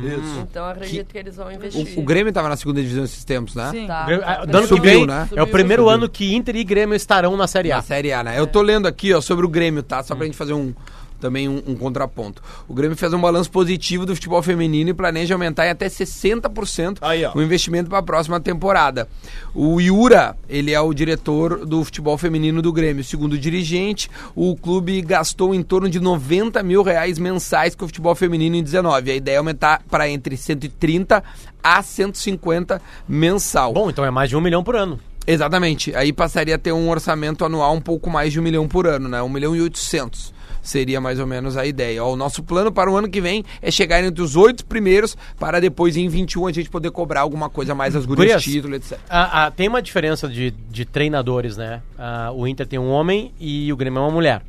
S7: Então eu acredito que eles vão investir.
S2: o, o Grêmio tava na segunda divisão esses tempos, né?
S6: Sim.
S7: Tá.
S5: Grêmio- ah,
S7: Tá.
S5: do ano que
S2: Subiu,
S5: vem,
S2: né?
S5: é o primeiro ano que Inter e Grêmio estarão na Série A.
S2: Na Série A, né? Eu tô lendo aqui, ó, sobre o Grêmio, tá? Só pra gente fazer um também um, um contraponto. O Grêmio fez um balanço positivo do futebol feminino e planeja aumentar em até 60%
S3: Aí, ó.
S2: o investimento para a próxima temporada. O Iura, ele é o diretor do futebol feminino do Grêmio. Segundo o dirigente, o clube gastou em torno de 90 mil reais mensais com o futebol feminino em 19. A ideia é aumentar para entre 130 a 150 mensal.
S5: Bom, então é mais de um milhão por ano.
S2: Exatamente. Aí passaria a ter um orçamento anual um pouco mais de um milhão por ano, né? Um milhão e oitocentos seria mais ou menos a ideia. Ó, o nosso plano para o ano que vem é chegar entre os oito primeiros para depois em 21 a gente poder cobrar alguma coisa a mais as gurias,
S5: Gurias.
S2: título, etc.
S5: Ah, ah, tem uma diferença de, de treinadores, né? Ah, o Inter tem um homem e o Grêmio é uma mulher,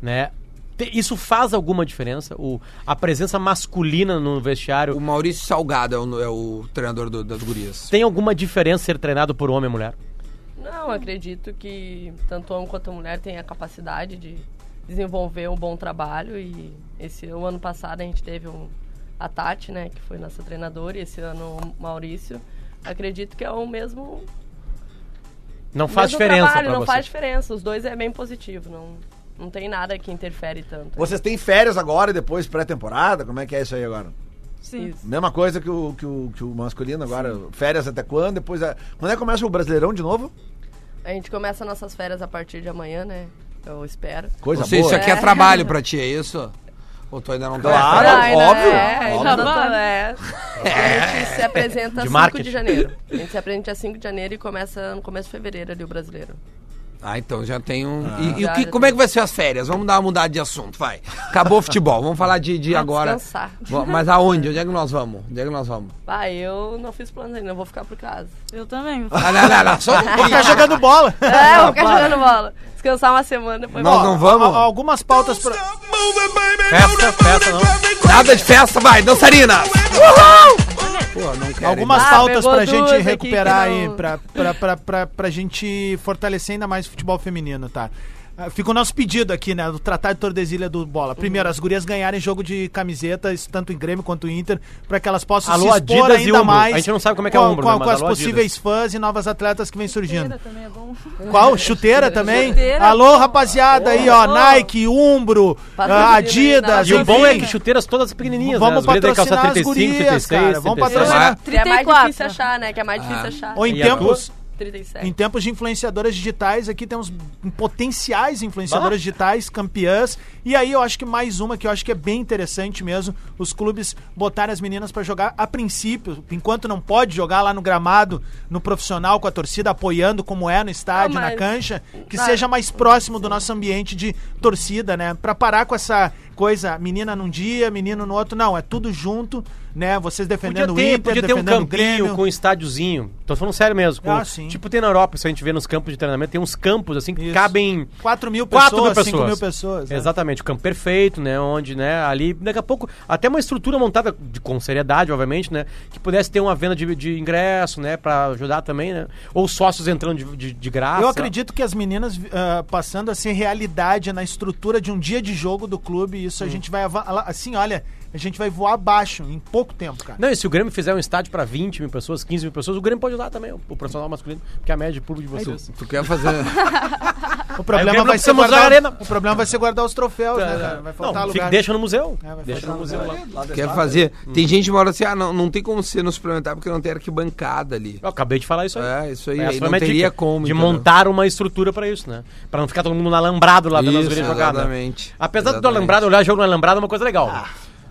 S5: né? Tem- Te- Isso faz alguma diferença? O, a presença masculina no vestiário
S2: O Maurício Salgado é o, é o treinador do- das gurias.
S5: tem alguma diferença ser treinado por homem e mulher?
S7: Não, acredito que tanto homem quanto mulher tem a capacidade de desenvolver um bom trabalho e esse o ano passado a gente teve um a Tati, né, que foi nossa treinadora, e esse ano o Maurício. Acredito que é o mesmo,
S5: Não faz
S7: mesmo
S5: diferença
S7: trabalho,
S5: pra
S7: não
S5: você.
S7: faz diferença. Os dois é bem positivo, não não tem nada que interfere tanto.
S3: Vocês têm férias agora e depois pré-temporada? Como é que é isso aí agora?
S6: Sim.
S7: Isso.
S3: Mesma coisa que o, que o, que o masculino agora. Férias até quando? Depois. é- Quando é que começa o Brasileirão de novo?
S7: A gente começa nossas férias a partir de amanhã, né? Eu espero.
S3: Coisa
S2: Não sei,
S3: boa.
S2: isso aqui é
S7: É.
S2: trabalho pra ti, é isso? Ou tu ainda não tá?
S3: Claro,
S5: Ah,
S7: Ai, né?
S3: óbvio,
S7: É,
S3: óbvio.
S7: então, é. A gente se apresenta
S5: De
S7: 5
S5: marketing.
S7: de janeiro. A gente se apresenta dia 5 de janeiro e começa no começo de fevereiro ali o brasileiro.
S2: Ah, então já tem um. e e o
S7: Já,
S2: que,
S7: já
S2: como é que vai ser as férias? Vamos dar uma mudada de assunto, vai. Acabou o futebol, vamos falar de, de agora.
S7: descansar.
S2: Vo- Mas aonde? Onde é que nós vamos? Onde é que nós vamos?
S7: Ah, eu não fiz planos ainda, eu vou ficar por casa.
S6: Eu também.
S2: Ah, não, não, não, só um pouquinho.
S4: Tá jogando bola.
S5: Ah,
S7: É, eu vou ficar jogando bola. Descansar uma semana depois.
S2: Nós
S7: volto.
S2: não vamos.
S4: Al- Algumas pautas pra.
S5: Festa, festa, não.
S2: Nada de festa, vai, dançarina! Pô, não quero.
S4: Algumas
S7: Ah,
S4: pautas
S7: pegou
S4: pra
S7: duas
S4: gente
S7: aqui
S4: recuperar
S7: que não-
S4: aí, pra, pra, pra, pra, pra gente fortalecer ainda mais o futebol feminino, tá? Ah, Fica o nosso pedido aqui, né? Do Tratado de Tordesilha do Bola. Primeiro, as gurias ganharem jogo de camiseta, isso tanto em Grêmio quanto em Inter, pra que elas possam
S5: Alô,
S4: se expor
S5: Adidas e
S4: ainda
S5: Umbro.
S4: mais.
S5: A gente não sabe como é que é
S4: com,
S5: Umbro,
S4: com,
S5: né? Mas
S4: com as
S5: alô, Adidas.
S4: possíveis fãs e novas atletas que vêm surgindo.
S6: também é bom.
S4: Qual? Chuteira também?
S6: Chuteira.
S4: Alô, rapaziada aí, ó.
S6: Pô.
S4: Nike, Umbro,
S7: Patrocina
S4: ah,
S7: aí,
S4: Adidas.
S5: E o bom é
S4: enfim.
S5: que chuteiras todas pequenininhas, né?
S4: Vamos
S5: As gurias têm calça
S4: patrocinar as
S5: 35, 36,
S4: gurias, cara. Vamos
S5: 36.
S4: patrocinar.
S7: Que é mais
S6: 34.
S7: difícil achar, né? Que é mais
S5: Ah.
S7: difícil achar.
S4: Ou em
S5: E a
S4: tempos. É. Em
S5: Então,
S7: 37.
S4: tempos de influenciadoras digitais, aqui temos potenciais influenciadoras digitais, campeãs. E aí eu acho que mais uma que eu acho que é bem interessante mesmo, os clubes botarem as meninas pra jogar a princípio, enquanto não pode jogar lá no gramado, no profissional com a torcida apoiando como é no estádio,
S7: Ah,
S4: na
S7: mas-
S4: cancha, que
S7: Ah,
S4: seja mais próximo do nosso ambiente de torcida, né? Pra parar com essa coisa, menina num dia, menino no outro. Não, é tudo junto, né? Vocês
S5: Podia
S4: defendendo o
S5: ter,
S4: Inter,
S5: podia ter um
S4: defendendo o
S5: campinho
S4: Grêmio.
S5: com um estádiozinho. Tô falando sério mesmo. com-
S4: Ah, sim.
S5: Tipo, tem na Europa, se a gente vê nos campos de treinamento, tem uns campos assim que
S4: Isso.
S5: cabem
S4: 4 mil pessoas,
S5: 4 mil pessoas.
S4: 5 mil pessoas. né?
S5: Exatamente, o campo perfeito, né? Onde, né, ali, daqui a pouco, até uma estrutura montada de- com seriedade, obviamente, né? Que pudesse ter uma venda de, de ingresso, né? Pra ajudar também, né? Ou sócios entrando de, de, de
S3: Ah,
S5: graça.
S4: Eu acredito que as meninas ah, passando a ser realidade na estrutura de um dia de jogo do clube,
S3: Hum.
S4: isso a gente vai ava- lá- assim, olha, a gente vai voar abaixo em pouco tempo, cara.
S5: Não, e se o Grêmio fizer um estádio pra 20 mil pessoas, 15 mil pessoas, o Grêmio pode usar também, o, o profissional masculino, que é a média de público de vocês.
S2: Tu quer fazer.
S4: O
S3: é
S5: Aí o
S4: problema
S5: Grêmio
S4: vai
S5: precisa
S4: ser
S5: mostrar
S4: guardar
S5: a arena.
S4: o problema vai ser guardar os troféus,
S3: Tá.
S4: né, cara? Vai faltar
S5: Não,
S4: lugar.
S5: fica, deixa no museu.
S4: É, vai
S5: deixa
S4: faltar
S5: no museu lá.
S2: Quer fazer. Tem gente que mora assim, ah, não, não tem como ser no suplementar porque não tem arquibancada ali.
S5: Eu acabei de falar isso aí.
S2: É, isso aí,
S5: Essa
S2: aí
S5: foi
S2: não
S5: a minha
S2: teria
S5: dica,
S2: como.
S5: De
S2: entendeu?
S5: montar uma estrutura pra isso, né? Pra não ficar todo mundo no alambrado lá dando as
S2: Isso,
S5: gurias jogar, né?
S2: exatamente.
S5: Apesar do
S2: Exatamente. Ah.
S5: alambrado, olhar jogo no alambrado é uma coisa legal.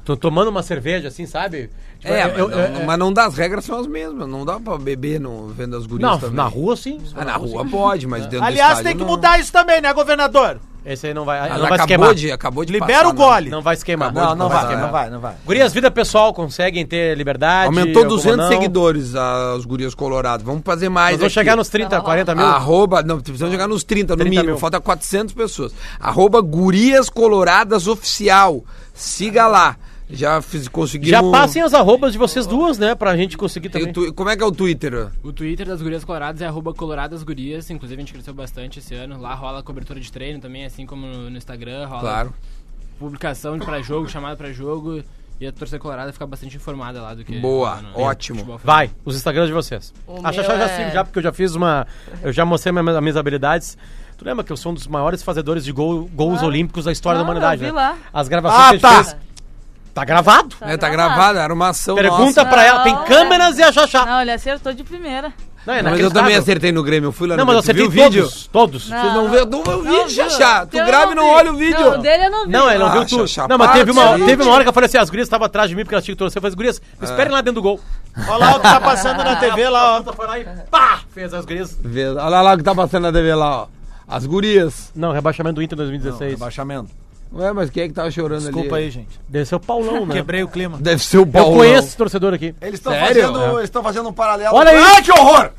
S5: Tô tomando uma cerveja assim, sabe? Tipo,
S2: É,
S5: eu-
S2: mas,
S5: eu-
S2: não,
S5: eu-
S2: mas não dá, as regras são as mesmas. Não dá pra beber no, vendo as gurias
S5: não,
S2: também.
S5: na rua sim.
S2: Ah, na rua pode, mas dentro do
S4: Aliás,
S2: estádio
S4: tem que
S2: não.
S4: mudar isso também, né, governador?
S5: Esse aí não vai,
S2: Mas
S5: não vai se
S2: acabou
S5: queimar.
S2: de, acabou de
S4: Libera o
S2: né?
S4: gole.
S5: Não vai se queimar.
S2: Acabou de
S3: Não
S2: passar,
S3: vai,
S2: né?
S3: não vai, não vai.
S5: Gurias, vida pessoal, conseguem ter liberdade.
S2: Aumentou
S5: alguma
S2: 200
S5: não.
S2: seguidores as gurias coloradas. Vamos fazer mais
S5: Nós vamos
S2: aqui. Ah,
S5: chegar nos 30, 40 mil.
S2: Arroba, não, precisamos chegar nos 30, no
S5: 30
S2: mínimo,
S5: mil.
S2: falta 400 pessoas. Arroba Gurias Coloradas Oficial. Siga lá. Já fiz, conseguimos.
S5: Já passem as arrobas de vocês duas, né? Pra gente conseguir
S2: Tem o
S5: também.
S2: tu- Como é que é o Twitter?
S8: O Twitter das Gurias Coloradas é arroba coloradasgurias, inclusive a gente cresceu bastante esse ano. Lá rola cobertura de treino também, assim como no no Instagram, rola
S2: Claro.
S8: publicação de pra jogo, chamada pra jogo. E a torcida colorada fica bastante informada lá do que.
S2: Boa,
S8: rola no-
S2: ótimo.
S8: futebol feminino.
S5: Vai, os Instagrams de vocês.
S7: O
S5: A
S7: meu
S5: Xaxá eu já
S7: é-
S5: sigo assim, já, porque eu já fiz uma. Eu já mostrei minha- minhas, habilidades. Tu lembra que eu sou um dos maiores fazedores de gol- gols olímpicos da história da
S6: Claro,
S5: humanidade,
S6: eu vi
S5: né?
S6: lá.
S5: As
S4: Ah,
S5: gravações que a gente fez. Tá gravado?
S2: Tá, tá gravado, era uma ação.
S5: Pergunta
S2: nossa.
S5: pra ela, tem
S6: Não,
S5: câmeras e a Xaxá.
S6: Não, ele acertou de primeira.
S5: Não,
S2: Mas
S5: é
S2: eu
S5: inacreditável.
S2: também acertei no Grêmio, eu fui lá
S5: Não,
S2: no
S5: mas eu
S2: Tu viu
S5: acertei
S2: o
S5: todos.
S2: vídeo.
S5: Todos.
S2: Vocês
S6: Ah,
S2: não vê, não vê o vídeo, Xaxá. Tu grava e não olha o vídeo.
S6: Não, o dele eu não vi.
S5: Não, ele não
S2: Ah,
S5: viu tudo.
S2: Xaxá,
S5: não, mas
S2: para de
S5: teve uma,
S2: ser
S5: teve uma
S2: vídeo.
S5: hora que eu falei assim: as gurias estavam atrás de mim porque elas tinham que torcer. Eu falei, gurias, esperem lá dentro do gol.
S4: Ah. Olha lá o que tá passando na TV lá, ó.
S5: Ela foi lá e pá! Fez as gurias.
S2: Vê, Olha lá o que tá passando na TV lá, ó. As gurias.
S5: Não, rebaixamento do Inter 2016.
S3: Rebaixamento.
S2: Ué, mas quem é que tava chorando
S4: Desculpa
S2: ali?
S4: aí, gente.
S5: Desceu o Paulão, né?
S4: Quebrei o clima.
S2: Deve ser o
S5: Eu
S2: Paulão.
S5: conheço esse torcedor aqui.
S3: Eles estão
S2: Sério?
S3: fazendo, eles tão fazendo um paralelo.
S5: Olha aí!
S3: Ah, que horror!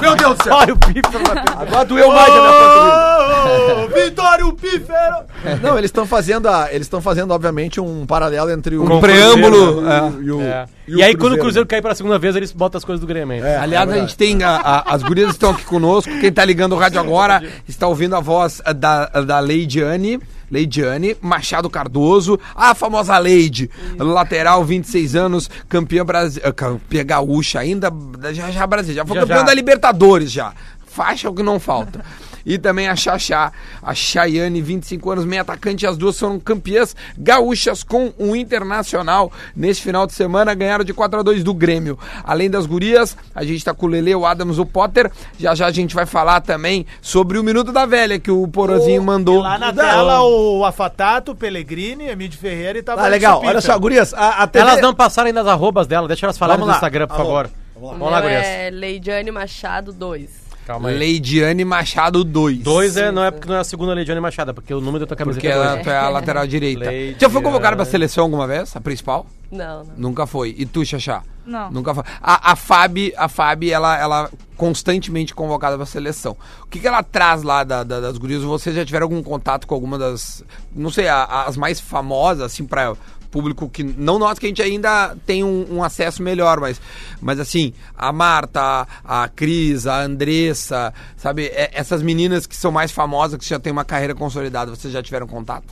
S3: Meu Deus do céu!
S5: Olha o Pipa.
S3: Agora doeu mais a minha panturrilha. Vitório Pifero! Não, eles estão fazendo, a- eles estão fazendo, obviamente, um paralelo entre o...
S10: Com o preâmbulo,
S3: Cruzeiro E, o,
S5: É.
S3: o
S5: E aí, quando o Cruzeiro É. cair pela segunda vez, eles botam as coisas do Grêmio. hein?
S2: Aliás, a gente tem. a- a- as gurias estão aqui conosco. Quem tá ligando o rádio agora está ouvindo a voz ah, da, ah, da Leidiane. Leidiane, Machado Cardoso, a famosa Leide, lateral, 26 anos, campeã, brasi ah, campeã gaúcha ainda, já já brasileira, já foi
S5: Já,
S2: campeã
S5: já.
S2: da Libertadores já, faixa é o que não falta. E também a Xaxá, a Chayane, 25 anos, meia atacante. As duas foram campeãs gaúchas com o Internacional. Neste final de semana ganharam de 4 a 2 do Grêmio. Além das gurias, a gente tá com o Lele, o Adams, o Potter. Já já a gente vai falar também sobre o Minuto da Velha que o Porozinho mandou.
S4: Oh, Lá na tela, o Afatato, o Pellegrini, Emílio Ferreira e tava
S3: Ah, legal. Olha só, gurias, a, a TV...
S5: Elas não passaram ainda as arrobas dela, deixa elas falarem
S3: Vamos
S5: no
S3: lá.
S5: Instagram, por favor.
S7: O
S5: Vamos
S7: meu
S5: lá, gurias.
S7: é Leidiane Machado 2.
S5: Calma aí.
S2: Leidiane Machado 2.
S5: Dois é, não é porque não é a segunda Leidiane Machado, é porque o número da tua camiseta
S2: Porque ela,
S5: é
S2: tu é a lateral direita.
S5: Leidiane.
S2: Já foi convocada pra seleção alguma vez? A principal?
S7: Não, não.
S2: Nunca foi. E tu, Xaxá?
S6: Não.
S2: Nunca foi. A, a Fabi, a Fabi ela, ela constantemente convocada pra seleção. O que, que ela traz lá da- da- das gurias? Vocês já tiveram algum contato com alguma das, não sei, a- a- as mais famosas, assim, pra público que não nós que a gente ainda tem um, um acesso melhor, mas, mas assim, a Marta, a, a Cris, a Andressa, sabe, É- essas meninas que são mais famosas, que já têm uma carreira consolidada, vocês já tiveram contato?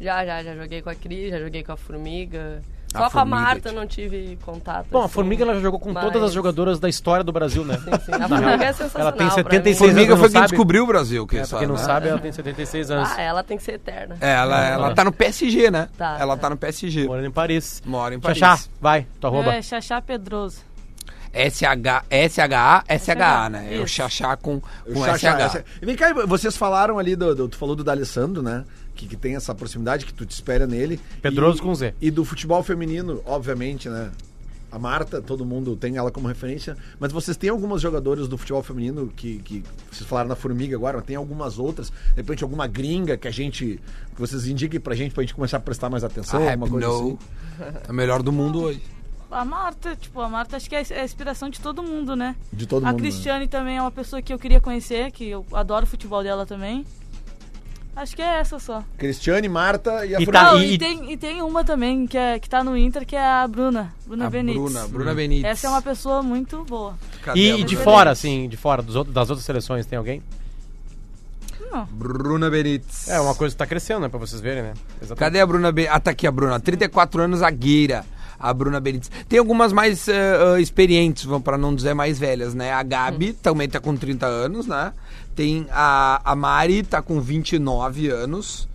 S7: Já, já, já joguei com a Cris, já joguei com a Formiga. Só
S2: A
S7: com a
S2: Formiga,
S7: Marta
S2: tipo.
S7: não tive contato.
S5: Bom, a
S7: assim,
S5: Formiga ela já jogou com
S7: mas-
S5: todas as jogadoras da história do Brasil, né?
S7: Sim, sim. A Formiga é sensacional.
S5: Ela tem
S7: pra
S5: 76
S7: mim.
S5: anos.
S2: Formiga
S5: não
S2: foi quem
S5: sabe.
S2: descobriu o Brasil, quem
S5: É, pra
S2: sabe.
S5: quem não
S2: né?
S5: sabe, ela tem 76 anos.
S7: Ah, ela tem que ser eterna.
S2: É, ela, ela tá no PSG, né?
S7: Tá,
S2: ela tá
S7: tá.
S2: no PSG.
S5: Morando em Paris.
S2: Mora em
S5: Xaxá,
S2: Paris.
S5: vai, tua arroba.
S6: É, Xaxá Pedroso.
S2: SH, SHA, SHA, né?
S6: Isso.
S2: Eu chachá com, com
S3: Chá, chá,
S2: SH.
S5: é-
S3: essa- E vem cá, vocês falaram ali, do, do- tu falou do D'Alessandro, né? Que, que tem essa proximidade que tu te espera nele.
S5: Pedroso
S3: E-
S5: com Z.
S3: E do futebol feminino, obviamente, né? A Marta, todo mundo tem ela como referência. Mas vocês têm algumas jogadoras do futebol feminino que, que vocês falaram na Formiga agora, mas tem algumas outras. De repente, alguma gringa que a gente. que vocês indiquem pra gente, pra gente começar a prestar mais atenção,
S2: A
S3: alguma
S2: Happy
S3: coisa assim.
S2: Ah, No. A melhor do mundo hoje.
S6: A Marta, tipo, a Marta acho que é a inspiração de todo mundo, né?
S3: De todo
S6: a
S3: mundo. né?
S6: Cristiane também é uma pessoa que eu queria conhecer, que eu adoro o futebol dela também. Acho que é essa só.
S3: Cristiane, Marta e a
S5: E
S3: Formiga.
S5: Tá,
S6: Não,
S5: e-
S6: e, tem, e tem uma também que, é, que tá no Inter, que é a Bruna. Bruna
S2: a
S6: Benítez.
S2: Bruna, Bruna Benítez.
S6: Essa é uma pessoa muito boa.
S2: Cadê a
S5: Hum. E de
S2: Bruna
S5: fora,
S2: Benítez?
S5: assim, de fora dos outros- das outras seleções, tem alguém?
S6: Não.
S2: Bruna Benítez.
S5: É uma coisa que tá crescendo, né? Pra vocês verem, né? Exatamente.
S2: Cadê a Bruna Benítez? Ah, tá aqui a Bruna. 34 anos, zagueira. A Bruna Benítez. Tem algumas mais eh, ah, experientes, vamos para não dizer mais velhas, né? A Gabi também tá com 30 anos, né? Tem a, a Mari, tá com 29 anos.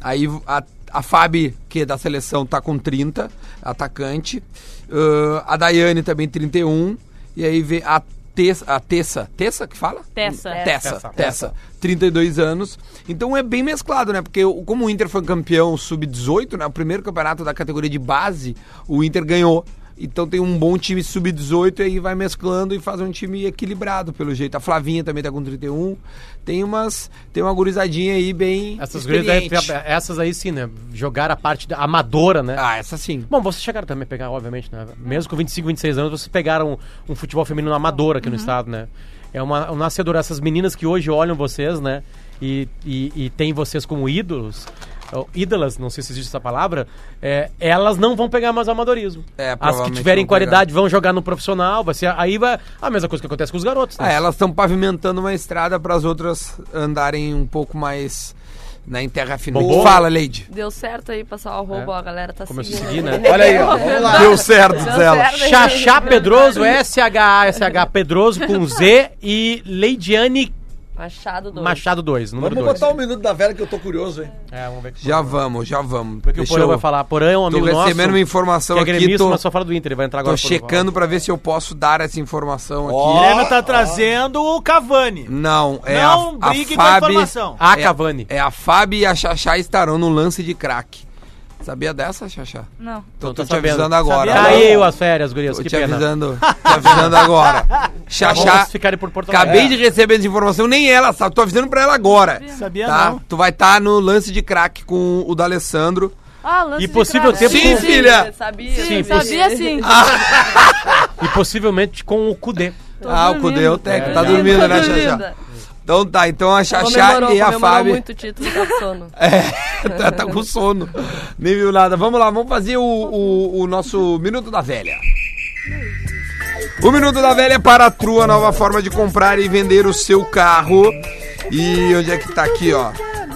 S2: Aí a, a Fabi, que é da seleção, tá com 30, atacante. Ah, a Daiane também 31. E aí vem a Tessa, a Tessa, Tessa que fala?
S6: Tessa.
S2: Tessa,
S5: Tessa.
S2: Tessa, 32 anos. Então é bem mesclado, né? Porque o- como o Inter foi campeão sub-18, né? O primeiro campeonato da categoria de base, o Inter ganhou. Então tem um bom time sub-18 e aí vai mesclando e faz um time equilibrado, pelo jeito. A Flavinha também tá com 31. Tem umas. Tem uma gurizadinha aí bem.
S5: Essas, gurias aí,
S2: experiente.
S5: essas aí sim, né? Jogar a parte da- amadora, né?
S2: Ah, essa sim.
S5: Bom, vocês chegaram também a pegar, obviamente, né? Mesmo com 25, 26 anos, vocês pegaram um futebol feminino amador aqui no estado, né? É uma, um nascedor. Essas meninas que hoje olham vocês, né? E, e, e têm vocês como ídolos, ou ídolas, não sei se existe essa palavra, é, elas não vão pegar mais amadorismo.
S2: É,
S5: As que
S2: provavelmente
S5: tiverem
S2: vão pegar.
S5: qualidade vão jogar no profissional, vai ser, aí vai a mesma coisa que acontece com os garotos.
S2: Ah,
S5: Né?
S2: elas estão pavimentando uma estrada para as outras andarem um pouco mais na em terra firme.
S5: Bobô?
S2: Fala, Leide.
S7: Deu certo aí passar o arroba,
S5: É.
S7: a galera tá
S5: Começou a
S7: seguindo.
S5: seguir, né?
S3: Olha aí, ó. Vamos lá. Deu certo,
S7: Deu
S3: diz ela.
S7: certo aí.
S5: Xaxá Pedroso, S-H-A-S-H Pedroso com Z e Leidiane
S7: Machado 2.
S5: Machado 2, número
S3: Vamos
S5: 2.
S3: botar um minuto da velha que eu tô curioso, hein?
S5: É, vamos ver que
S2: Já vamos, já vamos.
S5: Porque
S2: Deixa
S5: o Porã
S2: eu-
S5: vai falar. Porã é um
S2: Tô
S5: amigo nosso.
S2: recebendo uma informação
S5: que é
S2: aqui,
S5: gremista,
S2: tô,
S5: mas só fala do Inter. Ele vai entrar
S2: tô
S5: agora. por favor.
S2: checando pra ver se eu posso dar essa informação aqui.
S4: O Grêmio tá trazendo o
S3: Hum.
S4: Cavani.
S2: Não, é
S4: Não
S2: a, a
S4: brigue com a
S2: Fábio-
S4: informação.
S5: A
S2: É-
S5: Ah, Cavani.
S2: É a Fábio e a Xaxá estarão no lance de craque. Sabia dessa, Xaxá?
S6: né? Não.
S2: Tô,
S5: Então
S2: tô
S5: tá
S2: te
S5: sabendo.
S2: avisando agora.
S5: Caiu as férias, gurias.
S2: Tô
S5: que
S2: te
S5: pena. Tá
S2: avisando, te avisando agora. Xaxá,
S5: Vamos ficar aí por É. Porto Alegre.
S2: acabei de receber essa informação, nem ela sabe, tô avisando pra ela agora.
S4: Sabia
S2: Tá?
S4: não.
S2: Tu vai estar no lance de craque com o D'Alessandro.
S6: Ah, lance
S5: E
S6: de
S5: possível
S6: craque.
S5: tempo
S2: Sim,
S5: com-
S2: filha!
S7: Sabia?
S6: Sim,
S5: Sim,
S6: sabia sim.
S5: E possivelmente com o Cudê.
S6: Tô
S2: ah, o
S6: dormindo.
S2: Cudeu, técnico, tá
S5: É, já.
S2: dormindo, né,
S7: Tô dormindo.
S2: Xaxá? Então tá, então a Xaxá
S7: Comemorou,
S2: e a
S7: comemorou
S2: Fábio.
S7: muito o título do sono.
S2: É, tá, tá com sono. Nem viu nada. Vamos lá, vamos fazer o, o, o nosso Minuto da Velha.
S11: O Minuto da Velha é para a Trua, nova forma de comprar e vender o seu carro. E onde é que tá aqui, ó?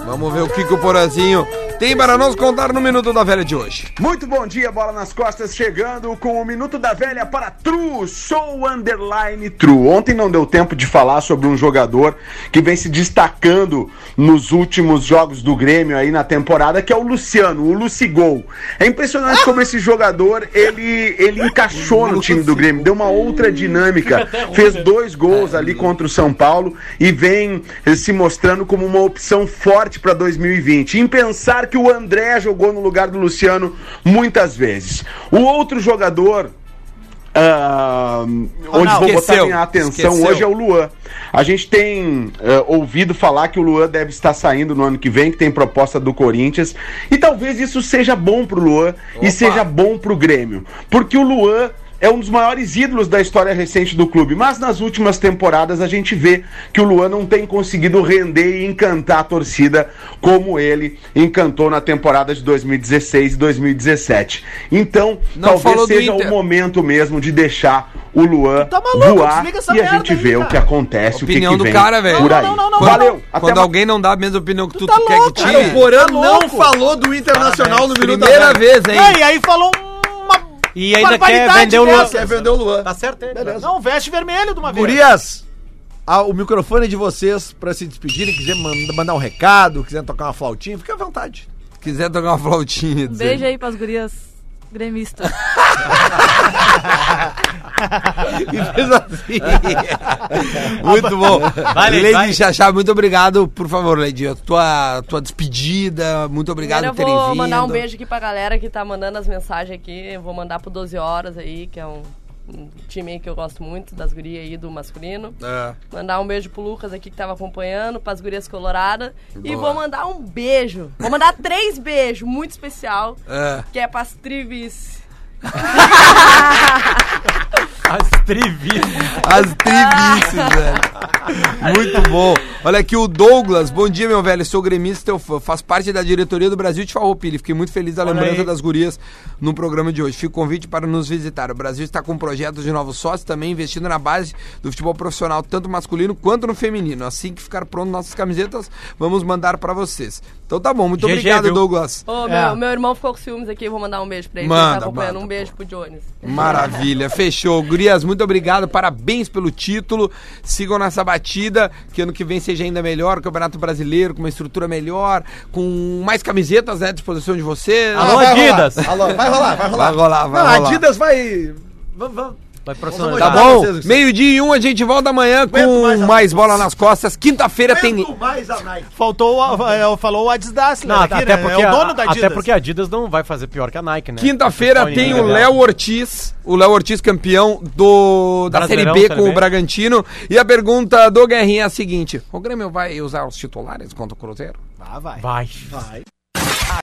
S11: Vamos ver o que, que o Porazinho tem para nos contar no Minuto da Velha de hoje.
S3: Muito bom dia, bola nas costas, chegando com o Minuto da Velha para True, sou underline True. Ontem não deu tempo de falar sobre um jogador que vem se destacando nos últimos jogos do Grêmio aí na temporada, que é o Luciano, o Lucigol. É impressionante como esse jogador, ele, ele encaixou no time do Grêmio, deu uma outra dinâmica, fez dois
S2: É.
S3: gols ali contra o São Paulo e vem eh, se mostrando como uma opção forte para 2020. Em pensar que o André jogou no lugar do Luciano muitas vezes. O outro jogador. ah, onde vou botar
S2: esqueceu,
S3: minha atenção
S2: esqueceu.
S3: hoje é o Luan. A gente tem ah, ouvido falar que o Luan deve estar saindo no ano que vem, que tem proposta do Corinthians. E talvez isso seja bom pro Luan e seja bom pro Grêmio. Porque o Luan é um dos maiores ídolos da história recente do clube, mas nas últimas temporadas a gente vê que o Luan não tem conseguido render e encantar a torcida como ele encantou na temporada de 2016 e 2017. Então,
S2: Não falou
S3: talvez
S2: do
S3: seja o
S2: Inter.
S3: momento mesmo de deixar o Luan
S4: Tá maluco,
S3: voar
S4: desliga essa
S3: e a
S4: merda
S3: gente
S4: aí,
S3: vê
S4: cara.
S3: o que acontece,
S2: Opinião
S3: o que,
S2: do
S3: que vem
S2: cara, velho.
S3: por aí.
S4: Não, não, não, não,
S3: Valeu,
S4: não.
S3: até
S2: Quando
S3: mais.
S2: alguém não dá a mesma opinião que tu,
S4: tá
S2: quer
S4: louco,
S2: que
S4: cara,
S2: tire. Tá
S4: o Porã não
S12: falou do Internacional no Minuto
S2: né? Primeira vez, hein?
S4: Ah, e aí falou uma.
S5: E ainda quer
S4: barbaridade
S5: vender o
S4: dessa.
S5: Luan.
S12: Quer vender o Luan.
S5: Tá certo, hein?
S4: Não, veste vermelho de uma vez.
S12: Gurias, a- o microfone é de vocês para se despedirem. Quiser mand- mandar um recado, quiser tocar uma flautinha, fica à vontade.
S2: Quiser tocar uma flautinha.
S6: Um
S2: dizer.
S6: beijo aí pras gurias gremistas.
S2: E fez assim. muito bom. Lady Xaxá, muito obrigado. Por favor, Lady, a tua, tua despedida. Muito obrigado
S7: Primeiro
S2: por terem
S7: eu vou
S2: vindo.
S7: mandar um beijo aqui pra galera que tá mandando as mensagens aqui. Eu Vou mandar pro 12 Horas aí, que é um, um time aí que eu gosto muito, das gurias aí do masculino.
S2: É.
S7: Mandar um beijo pro Lucas aqui que tava acompanhando, pras gurias coloradas. E vou mandar um beijo. Vou mandar três beijos, muito especial,
S2: É.
S7: que é pras trivis.
S5: As trivis.
S2: As tribices, velho. Muito bom. Olha aqui o Douglas. Bom dia, meu velho. Sou gremista, teu fã. Faz parte da diretoria do Brasil de Farroupilha. Fiquei muito feliz da lembrança das gurias no programa de hoje. Fico convite para nos visitar. O Brasil está com projetos de novos sócios também, investindo na base do futebol profissional, tanto masculino quanto no feminino. Assim que ficar pronto nossas camisetas, vamos mandar para vocês. Então tá bom. Muito
S5: GG,
S2: obrigado,
S5: viu?
S2: Douglas.
S7: Ô,
S4: É.
S7: meu, meu irmão ficou com ciúmes aqui, vou mandar um beijo pra ele. ele
S2: Manda,
S7: tá acompanhando.
S2: manda,
S7: um beijo pro Jones.
S2: Maravilha, fechou. Gurias, muito obrigado, parabéns pelo título. Sigam nessa batida, que ano que vem seja ainda melhor, Campeonato Brasileiro, com uma estrutura melhor, com mais camisetas né, à disposição de vocês.
S5: Alô,
S12: Ah, vai
S5: Adidas.
S12: rolar, alô, vai rolar, vai rolar.
S2: vai rolar, vai
S12: Não,
S2: rolar.
S12: Adidas vai. Vamos, vamos.
S5: Vai
S2: Tá
S5: profissionalizar.
S12: Vamos
S2: bom?
S12: vocês, vocês.
S2: Meio-dia e um, a gente volta amanhã
S12: Aguento
S2: com
S12: mais
S2: mais,
S12: a-
S2: bola nas costas. Quinta-feira tem.
S12: mais a Nike.
S4: Faltou, o- é, falou o Adidas Dassler
S5: Não, até,
S4: aqui, né?
S5: porque
S4: é o dono
S5: a,
S4: da Adidas.
S5: até porque a Adidas não vai fazer pior que a Nike, né?
S2: Quinta-feira
S5: Principal
S2: tem o
S5: inimigo dela.
S2: Léo Ortiz, o Léo Ortiz campeão do da
S5: Brasileirão,
S2: Série B
S5: Série
S2: com
S5: B.
S2: o Bragantino. E a pergunta do Guerrinha é a seguinte: o Grêmio vai usar os titulares contra o Cruzeiro?
S4: Ah, vai.
S5: Vai.